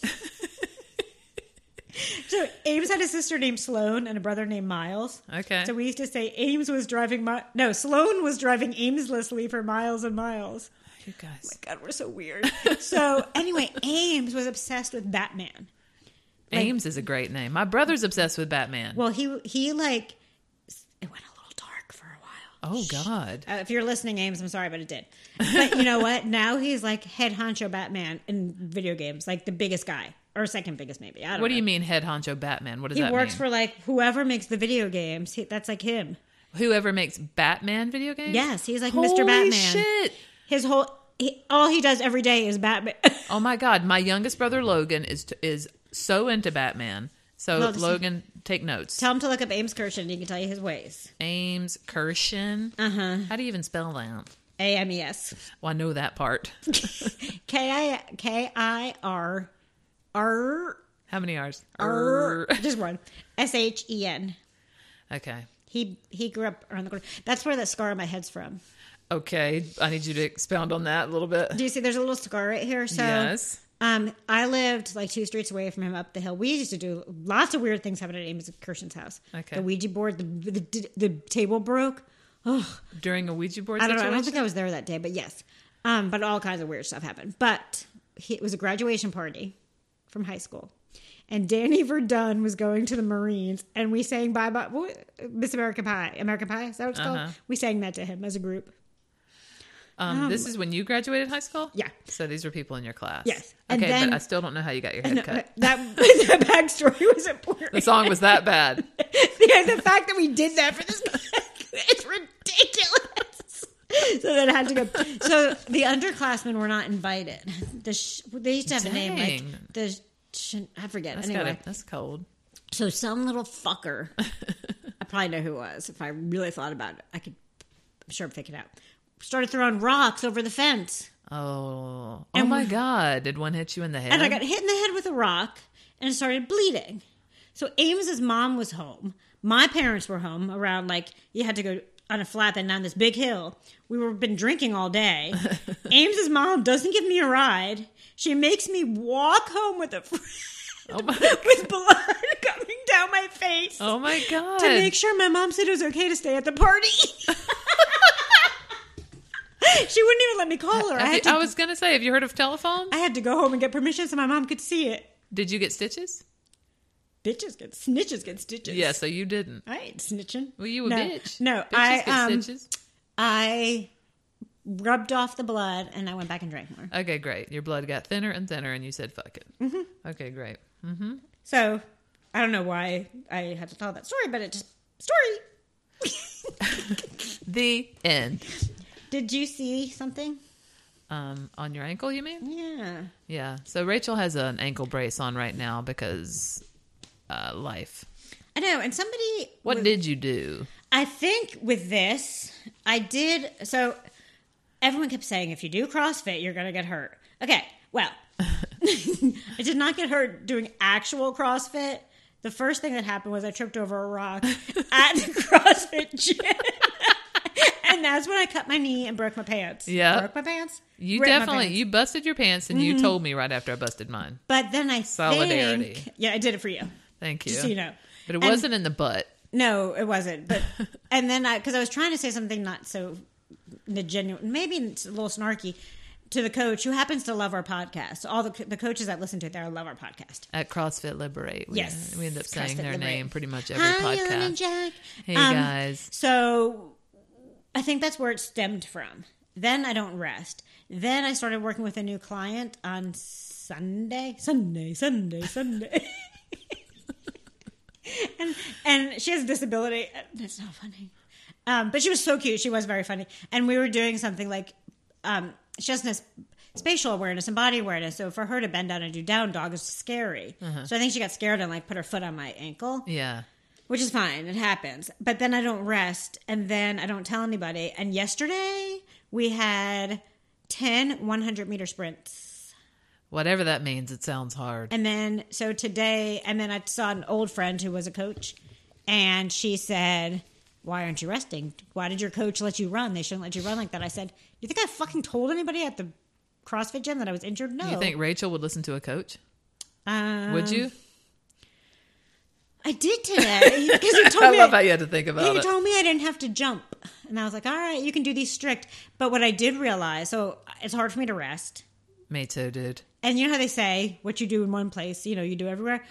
Speaker 3: So Ames had a sister named Sloan and a brother named Miles.
Speaker 2: Okay.
Speaker 3: So we used to say Ames was driving my no Sloan was driving aimlessly for miles and miles.
Speaker 2: you guys.
Speaker 3: God, we're so weird. so anyway, Ames was obsessed with Batman.
Speaker 2: Ames is a great name. My brother's obsessed with Batman.
Speaker 3: Well, he he like it went a little dark for a while.
Speaker 2: oh god.
Speaker 3: Uh, if you're listening, Ames, I'm sorry, but it did. But you know what? Now he's like head honcho Batman in video games, like the biggest guy or second biggest, maybe. I don't.
Speaker 2: What do
Speaker 3: know.
Speaker 2: you mean head honcho Batman? What does
Speaker 3: He
Speaker 2: that
Speaker 3: works
Speaker 2: mean?
Speaker 3: for like whoever makes the video games. He, that's like him.
Speaker 2: Whoever makes Batman video games?
Speaker 3: Yes, he's like
Speaker 2: Holy
Speaker 3: Mr. Batman.
Speaker 2: shit.
Speaker 3: His whole he, all he does every day is Batman.
Speaker 2: Oh my God, my youngest brother Logan is is so into Batman. So
Speaker 3: Well, just-
Speaker 2: Logan, take notes.
Speaker 3: Tell him to look up Ames Kirshen. and He can tell you his ways.
Speaker 2: Ames Kirshen. Uh
Speaker 3: Uh-huh.
Speaker 2: huh. How do you even spell that?
Speaker 3: A M E S
Speaker 2: Well, I know that part.
Speaker 3: K I K I R R
Speaker 2: How many R's?
Speaker 3: R just one S H E N.
Speaker 2: Okay.
Speaker 3: He he grew up around the corner. That's where that scar on my head's from.
Speaker 2: Okay. I need you to expound on that a little bit.
Speaker 3: Do you see? There's a little scar right here. So
Speaker 2: yes.
Speaker 3: Um, I lived like two streets away from him up the hill. We used to do lots of weird things happened at Amos Kirshen's house.
Speaker 2: Okay.
Speaker 3: The Ouija board, the the, the table broke. Ugh,
Speaker 2: During a Ouija board
Speaker 3: I don't know. I
Speaker 2: situation.
Speaker 3: don't think I was there that day, but yes. Um, but all kinds of weird stuff happened. But he, it was a graduation party from high school. And Danny Verdun was going to the Marines, and we sang "Bye Bye what- Miss American Pie." American Pie is that what it's
Speaker 2: Uh-huh.
Speaker 3: called? We sang that to him as a group.
Speaker 2: um, this is when you graduated high school.
Speaker 3: Yeah.
Speaker 2: So these were people in your class.
Speaker 3: Yes. And
Speaker 2: Okay,
Speaker 3: then-
Speaker 2: but I still don't know how you got your head cut.
Speaker 3: That, that backstory was important.
Speaker 2: The song was that bad.
Speaker 3: yeah, the fact that we did that for this it's ridiculous. So then I had to go. So the underclassmen were not invited. The sh- they used to have a name
Speaker 2: Dang.
Speaker 3: like the sh- I forget.
Speaker 2: That's
Speaker 3: anyway,
Speaker 2: gotta, that's cold.
Speaker 3: so some little fucker, I probably know who it was if I really thought about it. I could, I'm sure, pick it out. Started throwing rocks over the fence,
Speaker 2: Oh, oh
Speaker 3: And
Speaker 2: my
Speaker 3: we-
Speaker 2: God! Did one hit you in the head?
Speaker 3: and I got hit in the head with a rock and started bleeding. So Ames's mom was home. My parents were home around like you had to go on a flat and down this big hill. We were been drinking all day. Ames's mom doesn't give me a ride. She makes me walk home with a
Speaker 2: Oh my
Speaker 3: with blood coming down my face
Speaker 2: Oh my god!
Speaker 3: to make sure my mom said it was okay to stay at the party. she wouldn't even let me call her. I
Speaker 2: Have you-
Speaker 3: had
Speaker 2: I,
Speaker 3: to
Speaker 2: was gonna say, have you heard of telephone?
Speaker 3: I had to go home and get permission so my mom could see it.
Speaker 2: Did you get stitches?
Speaker 3: Bitches get snitches get stitches.
Speaker 2: Yeah, so you didn't.
Speaker 3: I ain't snitching.
Speaker 2: Well, you a
Speaker 3: no,
Speaker 2: bitch.
Speaker 3: No,
Speaker 2: Bitches
Speaker 3: I
Speaker 2: get
Speaker 3: um,
Speaker 2: stitches.
Speaker 3: I rubbed off the blood and I went back and drank more.
Speaker 2: Okay, great. Your blood got thinner and thinner, and you said, "Fuck it." Mm-hmm. Okay, great.
Speaker 3: So I don't know why I had to tell that story, but it just story.
Speaker 2: The end.
Speaker 3: Did you see something?
Speaker 2: Um, on your ankle, you mean?
Speaker 3: Yeah.
Speaker 2: Yeah. So Rachel has an ankle brace on right now because uh, life.
Speaker 3: I know, and somebody
Speaker 2: What did you do?
Speaker 3: I think with this, I did. So everyone kept saying, if you do CrossFit, you're going to get hurt. Okay, well, I did not get hurt doing actual CrossFit. The first thing that happened was I tripped over a rock at the CrossFit gym. and that's when I cut my knee and broke my pants.
Speaker 2: Yeah.
Speaker 3: Broke my pants.
Speaker 2: You
Speaker 3: ripped my
Speaker 2: definitely
Speaker 3: pants. Mm-hmm.
Speaker 2: you busted your pants, and you told me right after I busted mine.
Speaker 3: But then I
Speaker 2: Solidarity.
Speaker 3: think. Yeah, I did it for you.
Speaker 2: Thank you.
Speaker 3: Just so you know.
Speaker 2: But it
Speaker 3: And-
Speaker 2: wasn't in the butt.
Speaker 3: No, it wasn't. But and then I because I was trying to say something not so the genuine, maybe it's a little snarky to the coach who happens to love our podcast. All the co- the coaches that listen to it there love our podcast.
Speaker 2: At CrossFit Liberate, we,
Speaker 3: Yes,
Speaker 2: we end up saying
Speaker 3: CrossFit
Speaker 2: their
Speaker 3: Liberate.
Speaker 2: name pretty much every podcast.
Speaker 3: Lynn and Jack. Um,
Speaker 2: Hey, guys.
Speaker 3: So I think that's where it stemmed from. Then I don't rest. Then I started working with a new client on Sunday, Sunday, Sunday, Sunday. and and she has a disability. That's not funny. Um, but she was so cute. She was very funny. And we were doing something like um, she has this spatial awareness and body awareness. So for her to bend down and do down dog is scary.
Speaker 2: Uh-huh.
Speaker 3: So I think she got scared and like put her foot on my ankle
Speaker 2: Yeah.
Speaker 3: which is fine. It happens. But then I don't rest and then I don't tell anybody. And yesterday we had 10 100 meter sprints.
Speaker 2: Whatever that means, it sounds hard.
Speaker 3: And then, so today, and then I saw an old friend who was a coach and she said, why aren't you resting? Why did your coach let you run? They shouldn't let you run like that. I said, you think I fucking told anybody at the CrossFit gym that I was injured? No.
Speaker 2: You think Rachel would listen to a coach?
Speaker 3: Oh. Um,
Speaker 2: Would you?
Speaker 3: I did today because you told
Speaker 2: I
Speaker 3: me
Speaker 2: love how you had to think
Speaker 3: He
Speaker 2: about it.
Speaker 3: told me I didn't have to jump. And I was like, all right, you can do these strict. But what I did realize, so it's hard for me to rest.
Speaker 2: Me too, dude.
Speaker 3: And you know how they say what you do in one place, you know, you do everywhere.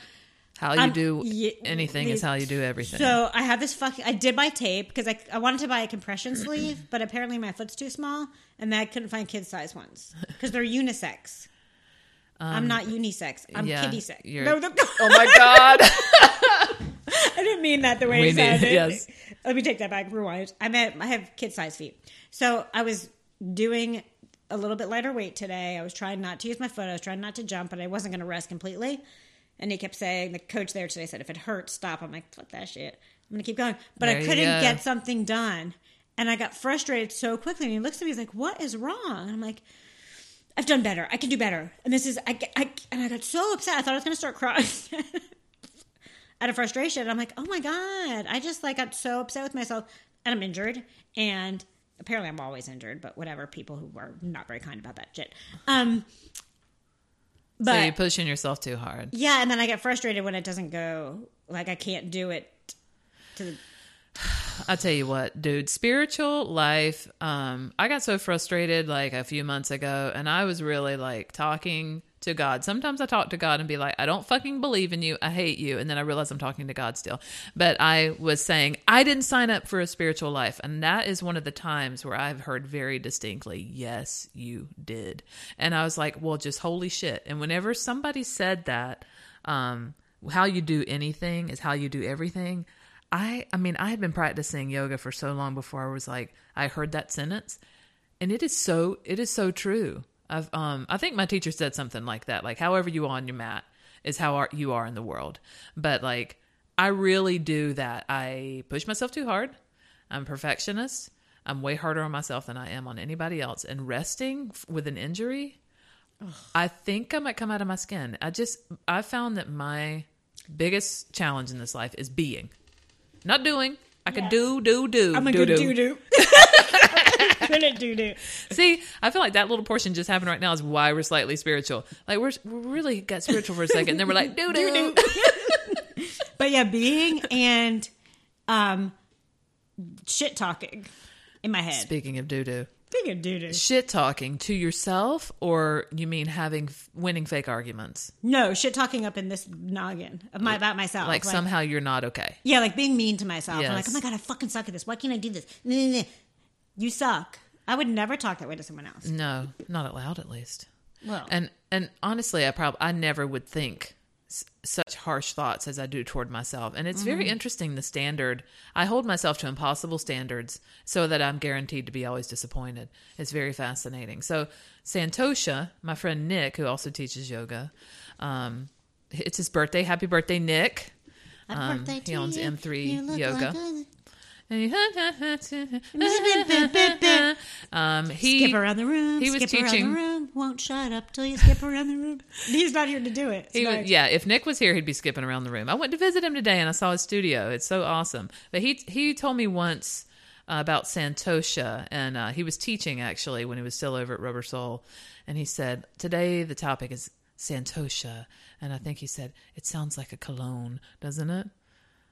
Speaker 2: How you
Speaker 3: Um,
Speaker 2: do
Speaker 3: ye-
Speaker 2: anything
Speaker 3: the-
Speaker 2: is how you do everything.
Speaker 3: So I have this fucking, I did my tape because I, I wanted to buy a compression sleeve, but apparently my foot's too small. And then I couldn't find kid size ones because they're unisex. I'm not unisex. I'm
Speaker 2: Um, yeah,
Speaker 3: kiddie sex.
Speaker 2: you're-
Speaker 3: No, no,
Speaker 2: oh my god.
Speaker 3: I didn't mean that the way
Speaker 2: We
Speaker 3: it
Speaker 2: need-
Speaker 3: sounded.
Speaker 2: yes.
Speaker 3: Let me take that back. Rewind. I meant I have kid size feet. So I was doing a little bit lighter weight today. I was trying not to use my foot. I was trying not to jump, but I wasn't going to rest completely. And he kept saying, the coach there today said, if it hurts, stop. I'm like, fuck that shit. I'm going to keep going. But
Speaker 2: There
Speaker 3: I
Speaker 2: you
Speaker 3: couldn't
Speaker 2: go.
Speaker 3: get something done. And I got frustrated so quickly. And he looks at me, he's like, what is wrong? And I'm like, I've done better. I can do better. And this is, I, I and I got so upset. I thought I was going to start crying. out of frustration. I'm like, oh my god, I just like got so upset with myself, and I'm injured, and apparently I'm always injured, but whatever. People who are not very kind about that shit. Um, but
Speaker 2: so you're pushing yourself too hard.
Speaker 3: yeah, and then I get frustrated when it doesn't go. Like I can't do it. To the,
Speaker 2: I tell you what, dude, spiritual life. Um, I got so frustrated like a few months ago, and I was really like talking to God. Sometimes I talk to God and be like, I don't fucking believe in you. I hate you. And then I realize I'm talking to God still. But I was saying, I didn't sign up for a spiritual life. And that is one of the times where I've heard very distinctly, yes, you did. And I was like, well, just holy shit. And whenever somebody said that, um, how you do anything is how you do everything. I I mean, I had been practicing yoga for so long before I was like I heard that sentence and it is so it is so true. I've um I think my teacher said something like that, like however you are on your mat is how are, you are in the world. But like I really do that. I push myself too hard. I'm perfectionist. I'm way harder on myself than I am on anybody else. And resting f- with an injury, I think I might come out of my skin. I just I found that my biggest challenge in this life is being, not doing. I can do do do.
Speaker 3: I'm a
Speaker 2: do, do.
Speaker 3: good doo doo. Good at doo doo.
Speaker 2: See, I feel like that little portion just happened right now is why we're slightly spiritual. Like we're we really got spiritual for a second, and then we're like doo doo.
Speaker 3: But yeah, being and um, shit talking in my head.
Speaker 2: Speaking of doo doo,
Speaker 3: Speaking of doo doo.
Speaker 2: shit talking to yourself, or you mean having winning fake arguments?
Speaker 3: No, shit talking up in this noggin of my, about myself.
Speaker 2: Like somehow you're not okay.
Speaker 3: Yeah, like being mean to myself. I'm like,
Speaker 2: Yes.
Speaker 3: oh my god, I fucking suck at this. Why can't I do this? Nah, nah, nah. You suck. I would never talk that way to someone else.
Speaker 2: No, not out loud at least.
Speaker 3: Well,
Speaker 2: And and honestly, I probably I never would think s- such harsh thoughts as I do toward myself. And it's
Speaker 3: Mm-hmm.
Speaker 2: very interesting the standard I hold myself to impossible standards so that I'm guaranteed to be always disappointed. It's very fascinating. So Santosha, my friend Nick, who also teaches yoga, um, it's his birthday. Happy birthday, Nick!
Speaker 3: happy
Speaker 2: um,
Speaker 3: birthday
Speaker 2: he owns M3
Speaker 3: You look
Speaker 2: Yoga.
Speaker 3: Like
Speaker 2: And
Speaker 3: a-
Speaker 2: he- um, he
Speaker 3: skip around the room.
Speaker 2: he was
Speaker 3: skip
Speaker 2: teaching-
Speaker 3: around the room. Won't shut up till you skip around the room. He's not here to do it.
Speaker 2: He
Speaker 3: so
Speaker 2: was, yeah, if Nick was here, he'd be skipping around the room. I went to visit him today, and I saw his studio. It's so awesome. But he he told me once uh, about Santosha, and uh, he was teaching actually when he was still over at Rubber Soul, and he said today the topic is Santosha, and I think he said it sounds like a cologne, doesn't it?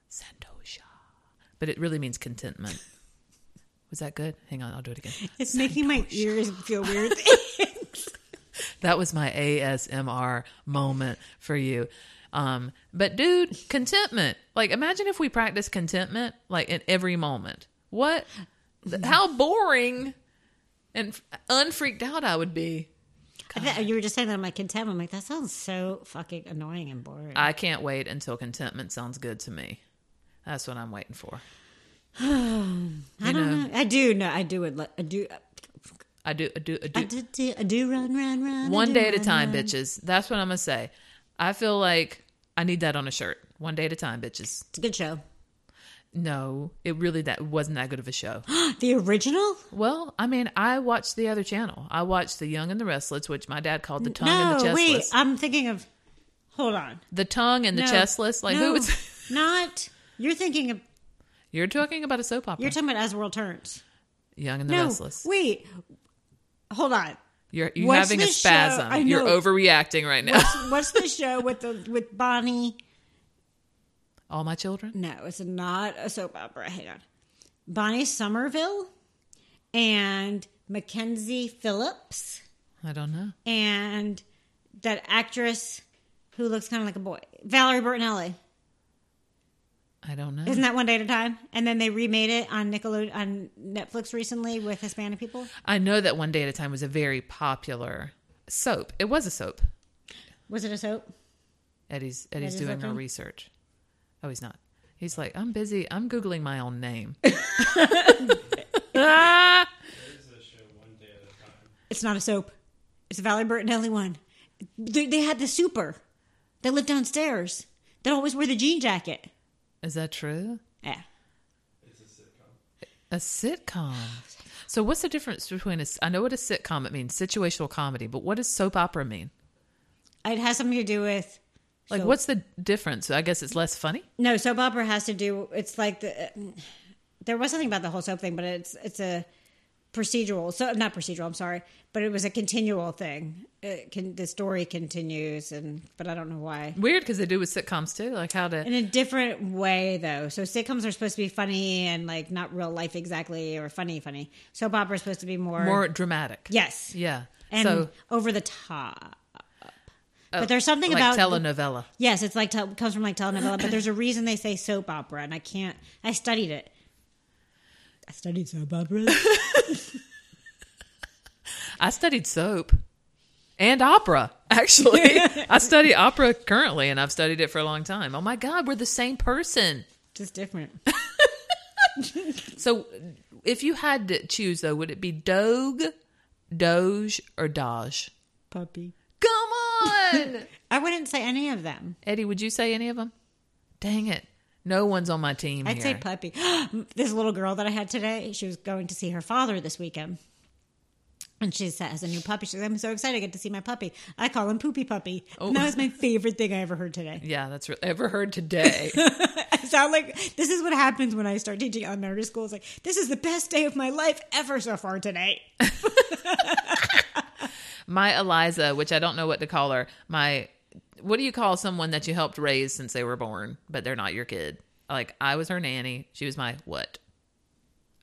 Speaker 2: Santosha, but it really means contentment. Was that good? Hang on, I'll do it again.
Speaker 3: it's making my ears feel weird.
Speaker 2: That was my ASMR moment for you. Um, but dude, contentment. Like, imagine if we practice contentment like in every moment. What? th- How boring and f- unfreaked out I would be.
Speaker 3: I thought you were just saying that. I'm like contempt. I'm like that sounds so fucking annoying and boring.
Speaker 2: I can't wait until contentment sounds good to me. That's what I'm waiting for.
Speaker 3: I don't know. I do know. I do would. Let, I do.
Speaker 2: I do, I do, I do.
Speaker 3: I do, do. I do run, run, run. I
Speaker 2: One
Speaker 3: do
Speaker 2: day at a
Speaker 3: run,
Speaker 2: time,
Speaker 3: run.
Speaker 2: bitches. That's what I'm gonna say. I feel like I need that on a shirt. One day at a time, bitches.
Speaker 3: It's a good show.
Speaker 2: No, it really that wasn't that good of a show.
Speaker 3: The original?
Speaker 2: well, I mean, I watched the other channel. I watched the Young and the Restless, which my dad called the Tongue and the
Speaker 3: no,
Speaker 2: Chestless.
Speaker 3: wait. I'm thinking of. Hold on.
Speaker 2: the Tongue and the
Speaker 3: No.
Speaker 2: Chestless. Like
Speaker 3: No,
Speaker 2: who was?
Speaker 3: not? You're thinking of.
Speaker 2: You're talking about a soap opera.
Speaker 3: You're talking about As the World Turns.
Speaker 2: Young and the
Speaker 3: No,
Speaker 2: Restless.
Speaker 3: wait. Hold on.
Speaker 2: You're, you're
Speaker 3: What's
Speaker 2: having a
Speaker 3: this show? I
Speaker 2: spasm. You're
Speaker 3: know.
Speaker 2: overreacting right now.
Speaker 3: What's the show with the with Bonnie?
Speaker 2: All my children.
Speaker 3: No, it's not a soap opera. Hang on. Bonnie Somerville and Mackenzie Phillips
Speaker 2: I don't know.
Speaker 3: and that actress who looks kind of like a boy, Valerie Bertinelli.
Speaker 2: I don't know.
Speaker 3: Isn't that one day at a time? And then they remade it on Nickelodeon on Netflix recently with Hispanic people.
Speaker 2: I know that One Day at a Time was a very popular soap. It was a soap.
Speaker 3: Was it a soap?
Speaker 2: Eddie's Eddie's
Speaker 3: Eddie's
Speaker 2: doing her
Speaker 3: looking.
Speaker 2: research. Oh, he's not. He's like, I'm busy. I'm googling my own name.
Speaker 4: is this show one day at a time.
Speaker 3: It's not a soap. It's a Valerie Bertinelli one. They, they had the super. They lived downstairs. They always wear the jean jacket.
Speaker 2: Is that true?
Speaker 3: Yeah.
Speaker 4: It's a sitcom.
Speaker 2: A sitcom. So, what's the difference between a? s- I know what a sitcom it means, situational comedy, but what does soap opera mean?
Speaker 3: It has something to do with
Speaker 2: Like,
Speaker 3: So-
Speaker 2: what's the difference? I guess it's less funny.
Speaker 3: no soap opera has to do. It's like the uh, there was something about the whole soap thing, but it's it's a procedural. So not procedural. I'm sorry, but it was a continual thing. It can, the story continues, and but I don't know why.
Speaker 2: Weird because they do with sitcoms too. Like how to
Speaker 3: In a different way, though. So sitcoms are supposed to be funny and like not real life exactly, or funny, funny. Soap opera is supposed to be more,
Speaker 2: more dramatic.
Speaker 3: yes,
Speaker 2: Yeah.
Speaker 3: and
Speaker 2: so, Oh,
Speaker 3: over the top. but there's something
Speaker 2: like
Speaker 3: about
Speaker 2: telenovela.
Speaker 3: Yes, it's like tel- comes from like telenovela, but there's a reason they say soap opera, and I can't. I studied it. I studied soap opera.
Speaker 2: I studied soap and opera, actually. I study opera currently, and I've studied it for a long time. Oh my God, we're the same person.
Speaker 3: Just different.
Speaker 2: So, if you had to choose, though, would it be Doge, Doge, or Dodge?
Speaker 3: Puppy.
Speaker 2: Come on,
Speaker 3: I wouldn't say any of them.
Speaker 2: Eddie. Would you say any of them? Dang it, no one's on my team.
Speaker 3: I'd say
Speaker 2: here.
Speaker 3: puppy. this little girl that I had today, she was going to see her father this weekend. And she sa- has a new puppy. She's I'm so excited I get to see my puppy. I call him Poopy Puppy.
Speaker 2: Oh.
Speaker 3: And that was my favorite thing I ever heard today.
Speaker 2: Yeah, that's re- ever heard today.
Speaker 3: I sound like this is what happens when I start teaching elementary school. It's like, this is the best day of my life ever so far today.
Speaker 2: my Eliza, which I don't know what to call her. My, what do you call someone that you helped raise since they were born, but they're not your kid? Like I was her nanny. She was my what?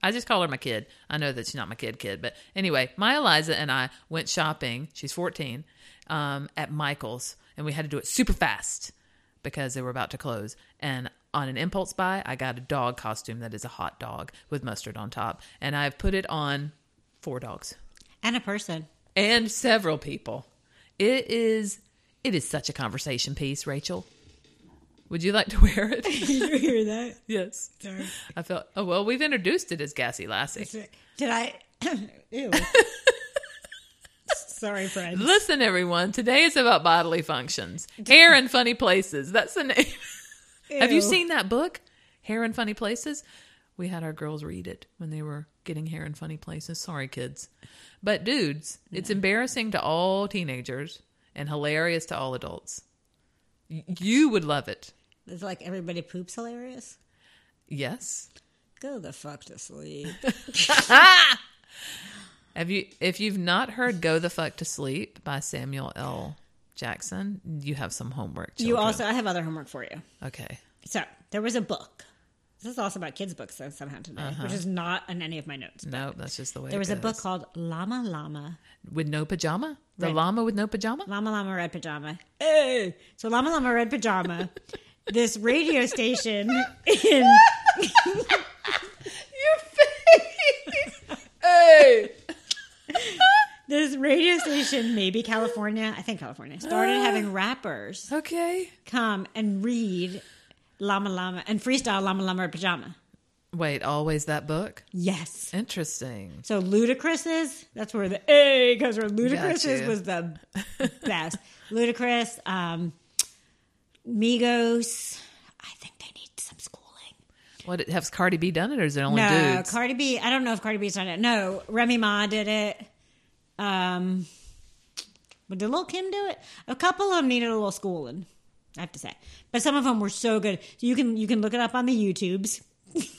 Speaker 2: I just call her my kid. I know that she's not my kid, kid, but anyway, my Eliza and I went shopping. She's 14 um, at Michael's, and we had to do it super fast because they were about to close. And on an impulse buy, I got a dog costume that is a hot dog with mustard on top, and I've put it on four dogs
Speaker 3: And a person.
Speaker 2: and several people. It is it is such a conversation piece, Rachel. Would you like to wear it?
Speaker 3: Did you hear that?
Speaker 2: yes.
Speaker 3: Sorry.
Speaker 2: I felt oh well, we've introduced it as Gassy Lassie.
Speaker 3: Did I? Ew. Sorry, friend.
Speaker 2: Listen, everyone, today is about bodily functions. Hair in funny places. That's the name. Have you
Speaker 3: Ew.
Speaker 2: seen that book? Hair in Funny Places? We had our girls read it when they were getting hair in funny places. Sorry, kids. But dudes, it's embarrassing to all teenagers and hilarious to all adults. Y- You would love it.
Speaker 3: It's like everybody poops hilarious.
Speaker 2: Yes.
Speaker 3: Go the fuck to sleep.
Speaker 2: Have you if you've not heard Go the Fuck to Sleep by Samuel L. Jackson, you have some homework.
Speaker 3: you
Speaker 2: children.
Speaker 3: also, I have other homework for you.
Speaker 2: Okay.
Speaker 3: So there was a book. This is also about kids' books though, somehow today, which is not on any of my notes.
Speaker 2: No, that's just the way
Speaker 3: There
Speaker 2: it
Speaker 3: was a
Speaker 2: goes.
Speaker 3: book called Llama Llama.
Speaker 2: with no pajama? The
Speaker 3: Right.
Speaker 2: llama with no pajama?
Speaker 3: Llama Llama Red Pajama. Hey! So Llama Llama Red Pajama. this radio station in
Speaker 2: Hey.
Speaker 3: this radio station, maybe California, I think California, started having rappers
Speaker 2: Okay.
Speaker 3: come and read Llama Llama and freestyle Llama Llama Pajama.
Speaker 2: Wait, always that book?
Speaker 3: Yes.
Speaker 2: Interesting.
Speaker 3: So Ludacris's, that's where the A goes where Ludacris's
Speaker 2: Gotcha.
Speaker 3: was the best. Ludacris, um, Migos, I think they need some schooling.
Speaker 2: What has Cardi B done it or is it only
Speaker 3: No,
Speaker 2: dudes?
Speaker 3: Cardi B. I don't know if Cardi B's done it. No, Remy Ma did it. Um, but did Lil Kim do it? A couple of them needed a little schooling, I have to say. But some of them were so good. You can you can look it up on the YouTubes.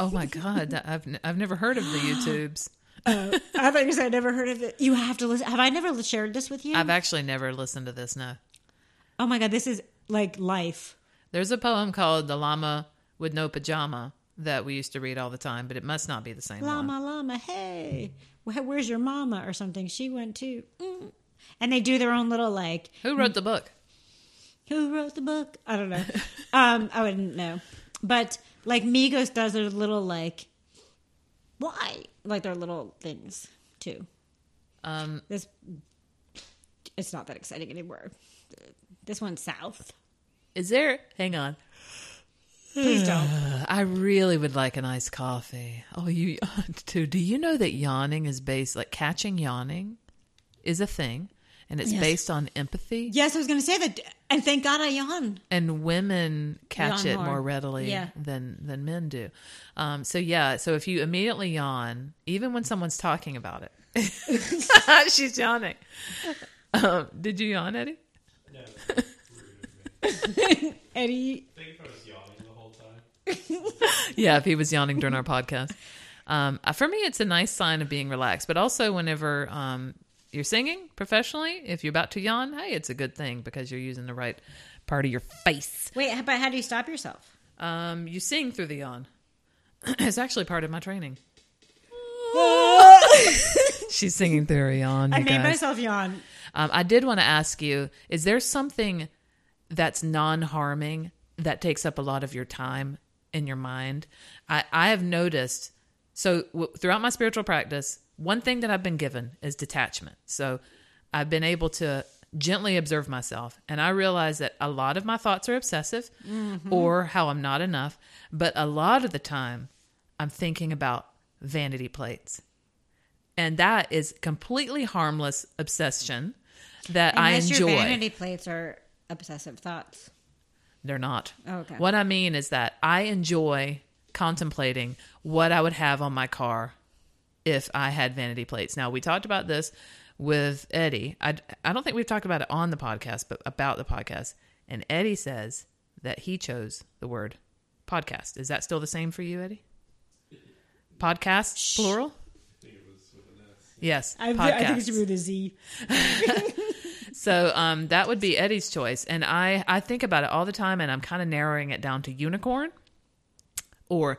Speaker 2: oh my god, that- I've n- I've never heard of the YouTubes.
Speaker 3: I thought you said I never heard of it. You have to listen. Have I never li- shared this with you?
Speaker 2: I've actually never listened to this. No,
Speaker 3: oh my god, this is like life.
Speaker 2: there's a poem called "The Llama with No Pajama" that we used to read all the time, but it must not be the same one.
Speaker 3: Llama llama, hey, Wh- where's your mama or something? She went to. Mm. And they do their own little like
Speaker 2: Who wrote the book?
Speaker 3: who wrote the book? I don't know. um, I wouldn't know. But like Migos does their little like why like their little things too.
Speaker 2: Um,
Speaker 3: This it's not that exciting anymore. This one's south.
Speaker 2: is there? Hang on.
Speaker 3: Please don't.
Speaker 2: I really would like an iced coffee. Oh, you too. Do you know that yawning is based like catching yawning is a thing, and it's
Speaker 3: Yes.
Speaker 2: based on empathy.
Speaker 3: Yes, I was going to say that, and thank God I yawn.
Speaker 2: and women catch
Speaker 3: Yawn
Speaker 2: it
Speaker 3: more.
Speaker 2: more readily
Speaker 3: Yeah.
Speaker 2: than than men do. Um, so yeah, so if you immediately yawn, even when someone's talking about it, she's yawning. Um, did you yawn, Eddie?
Speaker 4: No, that's rude of me.
Speaker 3: Eddie,
Speaker 4: Think if I was yawning the whole time.
Speaker 2: Yeah, if he was yawning during our podcast. Um, uh, for me, it's a nice sign of being relaxed, but also whenever um, you're singing professionally, if you're about to yawn, hey, it's a good thing because you're using the right part of your face.
Speaker 3: wait, but how do you stop yourself?
Speaker 2: Um, you sing through the yawn. it's actually part of my training. She's singing through her yawn.
Speaker 3: I
Speaker 2: you
Speaker 3: made
Speaker 2: guys.
Speaker 3: myself yawn.
Speaker 2: Um, I did want to ask you: Is there something that's non-harming that takes up a lot of your time in your mind? I, I have noticed. So w- throughout my spiritual practice, one thing that I've been given is detachment. So I've been able to gently observe myself, and I realize that a lot of my thoughts are obsessive,
Speaker 3: Mm-hmm.
Speaker 2: or how I'm not enough. But a lot of the time, I'm thinking about vanity plates and that is completely harmless obsession that
Speaker 3: Unless
Speaker 2: I
Speaker 3: your
Speaker 2: enjoy.
Speaker 3: vanity plates are obsessive thoughts.
Speaker 2: They're not.
Speaker 3: Oh, okay.
Speaker 2: What I mean is that I enjoy contemplating what I would have on my car if I had vanity plates. Now we talked about this with Eddie. I I don't think we've talked about it on the podcast, but about the podcast. And Eddie says that he chose the word podcast. Is that still the same for you, Eddie? Podcast plural. Yes,
Speaker 3: I, I think it should be with a Z.
Speaker 2: So um, that would be Eddie's choice, and I I think about it all the time, and I'm kind of narrowing it down to unicorn, or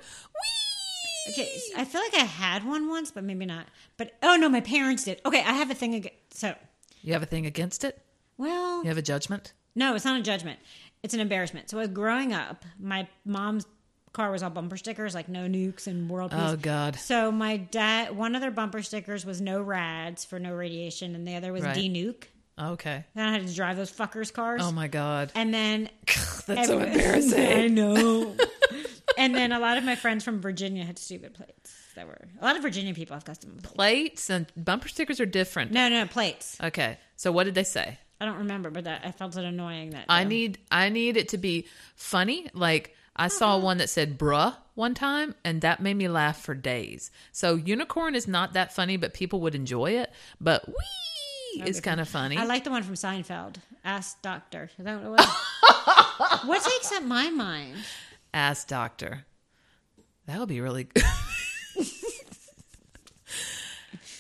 Speaker 3: Okay, s- I feel like I had one once, but maybe not. But oh no, my parents did. Okay, I have a thing again. So,
Speaker 2: you have a thing against it,
Speaker 3: well,
Speaker 2: you have a judgment.
Speaker 3: no, it's not a judgment. It's an embarrassment. So, I was growing up, my mom's car was all bumper stickers, like no nukes and world peace.
Speaker 2: Oh God,
Speaker 3: So, my dad, one of their bumper stickers was no rads for no radiation, and the other was
Speaker 2: Right.
Speaker 3: D nuke.
Speaker 2: okay.
Speaker 3: Then I had to drive those fuckers' cars.
Speaker 2: Oh my God,
Speaker 3: and then
Speaker 2: that's so
Speaker 3: every-
Speaker 2: embarrassing.
Speaker 3: I know. and then a lot of my friends from Virginia had stupid plates that were a lot of Virginia people have custom plates.
Speaker 2: Plates and bumper stickers are different.
Speaker 3: No, no, plates.
Speaker 2: Okay, so what did they say?
Speaker 3: I don't remember, but that I felt it annoying that
Speaker 2: I
Speaker 3: um,
Speaker 2: need I need it to be funny. Like I saw
Speaker 3: Uh-huh.
Speaker 2: one that said bruh one time and that made me laugh for days. So unicorn is not that funny, but people would enjoy it. But wee is kind of funny.
Speaker 3: I like the one from Seinfeld. Ask Doctor. Is that what it was? what takes up my mind?
Speaker 2: Ass doctor. That would be really good.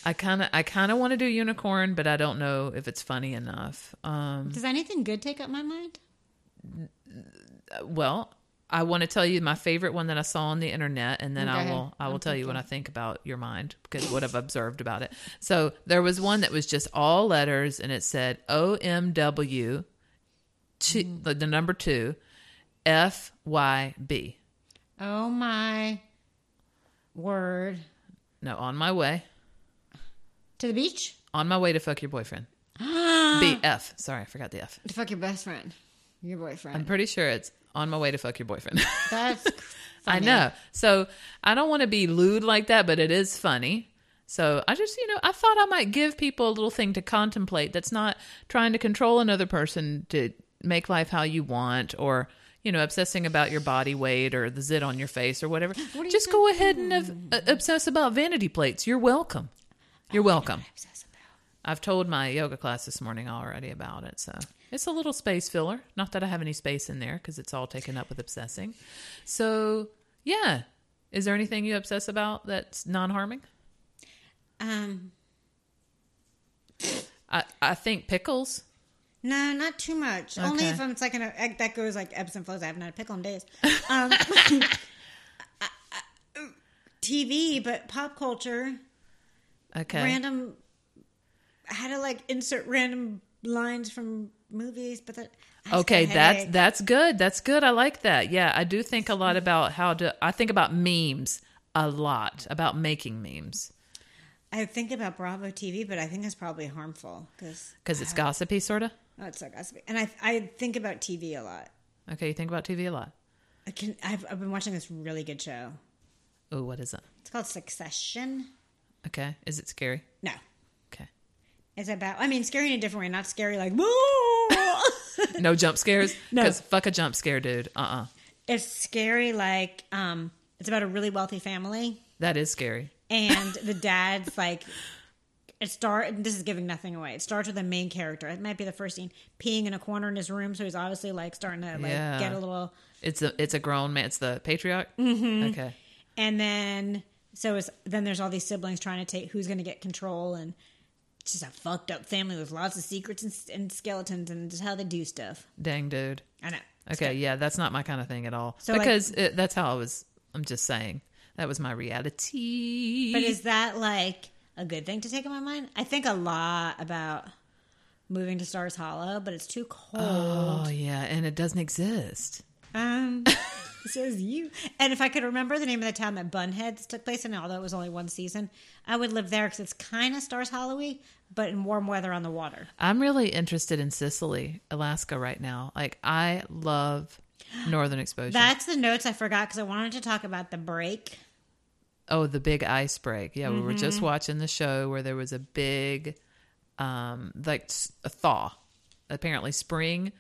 Speaker 2: I kinda I kinda wanna do unicorn, but I don't know if it's funny enough. Um
Speaker 3: Does anything good take up my mind?
Speaker 2: well i want to tell you my favorite one that i saw on the internet and then
Speaker 3: Go
Speaker 2: i
Speaker 3: ahead.
Speaker 2: will i will tell you what i think about your mind because what i've observed about it so there was one that was just all letters and it said omw two, the, the number two fyb
Speaker 3: Oh my word!
Speaker 2: no on my way
Speaker 3: To the beach?
Speaker 2: On my way to fuck your boyfriend. the F. Sorry, I forgot the F.
Speaker 3: To fuck your best friend, your boyfriend.
Speaker 2: I'm pretty sure it's on my way to fuck your boyfriend.
Speaker 3: That's
Speaker 2: I
Speaker 3: funny.
Speaker 2: know. So I don't want to be lewd like that, but it is funny. So I just, you know, I thought I might give people a little thing to contemplate that's not trying to control another person to make life how you want or, you know, obsessing about your body weight or the zit on your face or whatever.
Speaker 3: you
Speaker 2: just go ahead and ob- uh, obsess about vanity plates. You're welcome. You're welcome. I've told my yoga class this morning already about it. So it's a little space filler. Not that I have any space in there because it's all taken up with obsessing. So, yeah. Is there anything you obsess about that's non harming?
Speaker 3: Um,
Speaker 2: I, I think pickles.
Speaker 3: no, not too much. Only
Speaker 2: Okay.
Speaker 3: if I'm it's like an egg that goes like ebbs and flows. I haven't had a pickle in days. Um, I- I- TV, but pop culture,
Speaker 2: Okay.
Speaker 3: random. How to like insert random lines from movies, but that. I just
Speaker 2: Okay,
Speaker 3: got a
Speaker 2: that's
Speaker 3: headache.
Speaker 2: that's good. That's good. I like that. Yeah, I do think a lot about how to. I think about memes a lot about making memes
Speaker 3: I think about Bravo TV, but I think it's probably harmful because
Speaker 2: because it's gossipy, sorta.
Speaker 3: that's so gossipy. And I I think about TV a lot.
Speaker 2: Okay, you think about TV a lot.
Speaker 3: I can I've, I've been watching this really good show.
Speaker 2: Oh, what is it?
Speaker 3: It's called Succession.
Speaker 2: Okay, is it scary?
Speaker 3: No,
Speaker 2: Okay,
Speaker 3: it's about I mean scary in a different way, not scary like woo.
Speaker 2: no jump scares.
Speaker 3: No.
Speaker 2: because fuck a jump scare, dude. Uh uh
Speaker 3: it's scary like um it's about a really wealthy family
Speaker 2: that is scary.
Speaker 3: and the dad's like it start this is giving nothing away. It starts with the main character. It might be the first scene peeing in a corner in his room, so he's obviously like starting to like
Speaker 2: Yeah.
Speaker 3: get a little
Speaker 2: It's a it's a grown man. It's the patriarch. Mm-hmm. Okay,
Speaker 3: and then so it's then there's all these siblings trying to take who's going to get control and it's just a fucked up family with lots of secrets and, and skeletons and just how they do stuff
Speaker 2: dang dude.
Speaker 3: i know
Speaker 2: Okay, yeah, that's not my kind of thing at all.
Speaker 3: So, like-
Speaker 2: because it, that's how I was. I'm just saying that was my reality.
Speaker 3: but is that like a good thing to take in my mind i think a lot about moving to stars hollow but it's too cold
Speaker 2: Oh yeah, and it doesn't exist.
Speaker 3: um says you and if i could remember the name of the town that bunheads took place in although it was only one season i would live there because it's kind of stars hollowy but in warm weather on the water
Speaker 2: I'm really interested in Sicily, Alaska right now. Like I love northern exposure.
Speaker 3: That's the notes I forgot because I wanted to talk about the break.
Speaker 2: oh, the big ice break. Yeah, we were just watching the show where there was a big um like s- a thaw. Apparently spring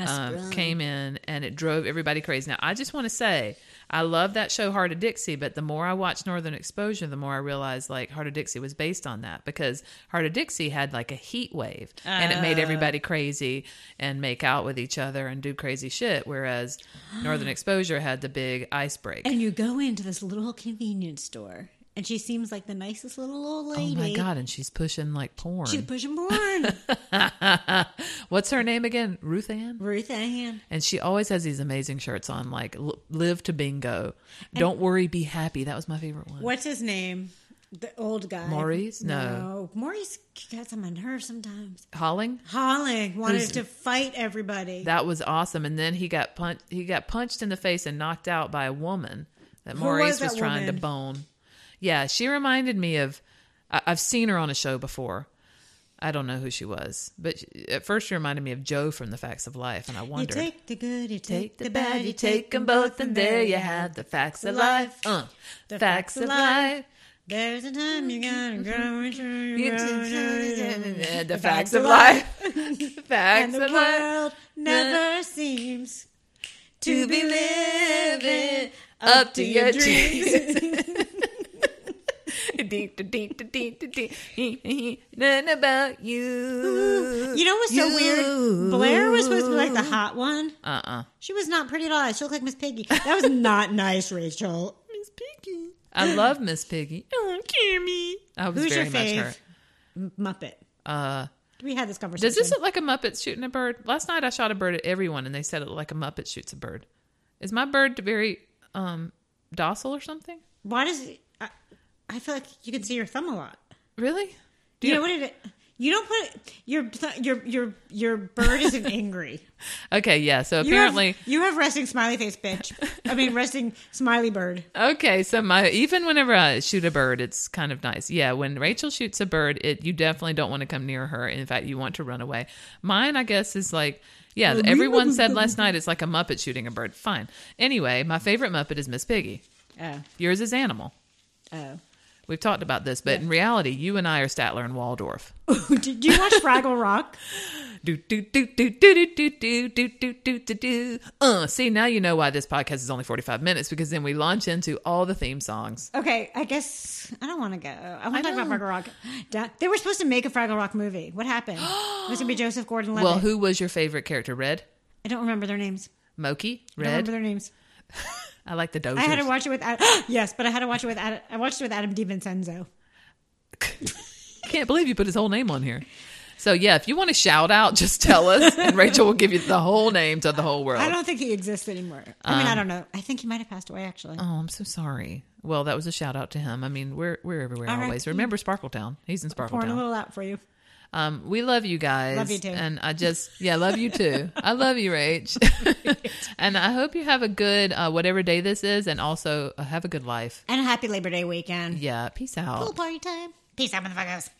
Speaker 2: um, came in and it drove everybody crazy. Now, I just want to say, I love that show, Heart of Dixie, but the more I watch Northern Exposure, the more I realized like Heart of Dixie was based on that because Heart of Dixie had like a heat wave and it made everybody crazy and make out with each other and do crazy shit. Whereas Northern Exposure had the big ice break.
Speaker 3: And you go into this little convenience store, and she seems like the nicest little old
Speaker 2: Oh
Speaker 3: lady.
Speaker 2: my God. And she's pushing like porn.
Speaker 3: She's pushing porn.
Speaker 2: What's her name again? Ruth Ann?
Speaker 3: Ruth Ann.
Speaker 2: And she always has these amazing shirts on, like l- live to bingo. Don't worry, be happy. That was my favorite one.
Speaker 3: What's his name? The old guy.
Speaker 2: Maurice? No.
Speaker 3: No. Maurice gets on my nerves sometimes.
Speaker 2: Holling?
Speaker 3: Holling wanted
Speaker 2: Who's-
Speaker 3: to fight everybody.
Speaker 2: That was awesome. And then he got punched. He got punched in the face and knocked out by a woman that
Speaker 3: was
Speaker 2: Maurice was,
Speaker 3: that
Speaker 2: trying
Speaker 3: woman?
Speaker 2: to bone. Yeah, she reminded me of. I, I've seen her on a show before. I don't know who she was, but she- at first she reminded me of Joe from The Facts of Life, and I
Speaker 3: you
Speaker 2: wondered.
Speaker 3: take the good, you take,
Speaker 2: Take the bad, you take 'em both, and there you have the facts of life. Uh,
Speaker 3: The
Speaker 2: facts of life.
Speaker 3: There's a time you gotta grow into your own.
Speaker 2: The facts of life. The
Speaker 3: And
Speaker 2: facts
Speaker 3: the
Speaker 2: of life.
Speaker 3: world never seems
Speaker 2: To be living up to your dreams. Deep, deep, deep, deep, deep, deep. None about you.
Speaker 3: You know what's so weird? Blair was supposed to be like the hot one.
Speaker 2: Uh uh
Speaker 3: She was not pretty at all. She looked like Miss Piggy. That was not nice, Rachel.
Speaker 2: Miss Piggy. I love Miss Piggy. Oh, Kimmy. I was
Speaker 3: Who's your
Speaker 2: very much
Speaker 3: fave
Speaker 2: her.
Speaker 3: Muppet?
Speaker 2: Uh,
Speaker 3: We had this conversation.
Speaker 2: Does this look like a Muppet shooting a bird? Last night I shot a bird at everyone, and they said it looked like a Muppet shoots a bird. Is my bird very um, docile or something?
Speaker 3: Why does? I, I feel like you can see your thumb a lot.
Speaker 2: Really?
Speaker 3: Do you know what it? You don't put your your your your bird isn't angry.
Speaker 2: Okay, yeah. So
Speaker 3: You have-
Speaker 2: apparently,
Speaker 3: you have resting smiley face, bitch. I mean, resting smiley bird.
Speaker 2: okay. So my even whenever I shoot a bird, it's kind of nice. Yeah, when Rachel shoots a bird, it you definitely don't want to come near her. In fact, you want to run away. Mine, I guess, is like
Speaker 3: Oh,
Speaker 2: yeah. Everyone said last night it's like a Muppet shooting a bird. Fine. Anyway, my favorite Muppet is Miss Piggy.
Speaker 3: Oh,
Speaker 2: Yours is Animal.
Speaker 3: oh.
Speaker 2: We've talked about this, but in reality, you and I are Statler and Waldorf.
Speaker 3: do, do you watch Fraggle Rock?
Speaker 2: Do do do do do do do do do do do do do. Uh, see now you know why this podcast is only forty five minutes because then we launch into all the theme songs.
Speaker 3: Okay, I guess I don't want to go. I want to
Speaker 2: I
Speaker 3: talk about
Speaker 2: know.
Speaker 3: Fraggle Rock. Da- They were supposed to make a Fraggle Rock movie. What happened? it was going to be Joseph Gordon-Levitt.
Speaker 2: Well, who was your favorite character? Red,
Speaker 3: I don't remember their names.
Speaker 2: Moki,
Speaker 3: I don't remember
Speaker 2: Red.
Speaker 3: their names.
Speaker 2: I like the Dozers.
Speaker 3: I had to watch it with Ad- yes, but I had to watch it with Ad- I watched it with Adam DiVincenzo.
Speaker 2: Can't believe you put his whole name on here. So yeah, if you want to shout out, just tell us, and Rachel will give you the whole name to the whole world.
Speaker 3: I don't think he exists anymore. I mean,
Speaker 2: Um,
Speaker 3: I don't know. I think he might have passed away actually.
Speaker 2: Oh, I'm so sorry. Well, that was a shout out to him. I mean, we're we're everywhere
Speaker 3: All right.
Speaker 2: always. Remember Sparkletown? He's in
Speaker 3: Pouring a
Speaker 2: Sparkletown.
Speaker 3: little out for you.
Speaker 2: Um, we love you guys.
Speaker 3: Love you too.
Speaker 2: And I just, yeah, love you too. I love you, Rach. and I hope you have a good, uh, whatever day this is, and also uh, have a good life.
Speaker 3: And a happy Labor Day weekend.
Speaker 2: Yeah, peace out.
Speaker 3: Pool party time. Peace out, motherfuckers.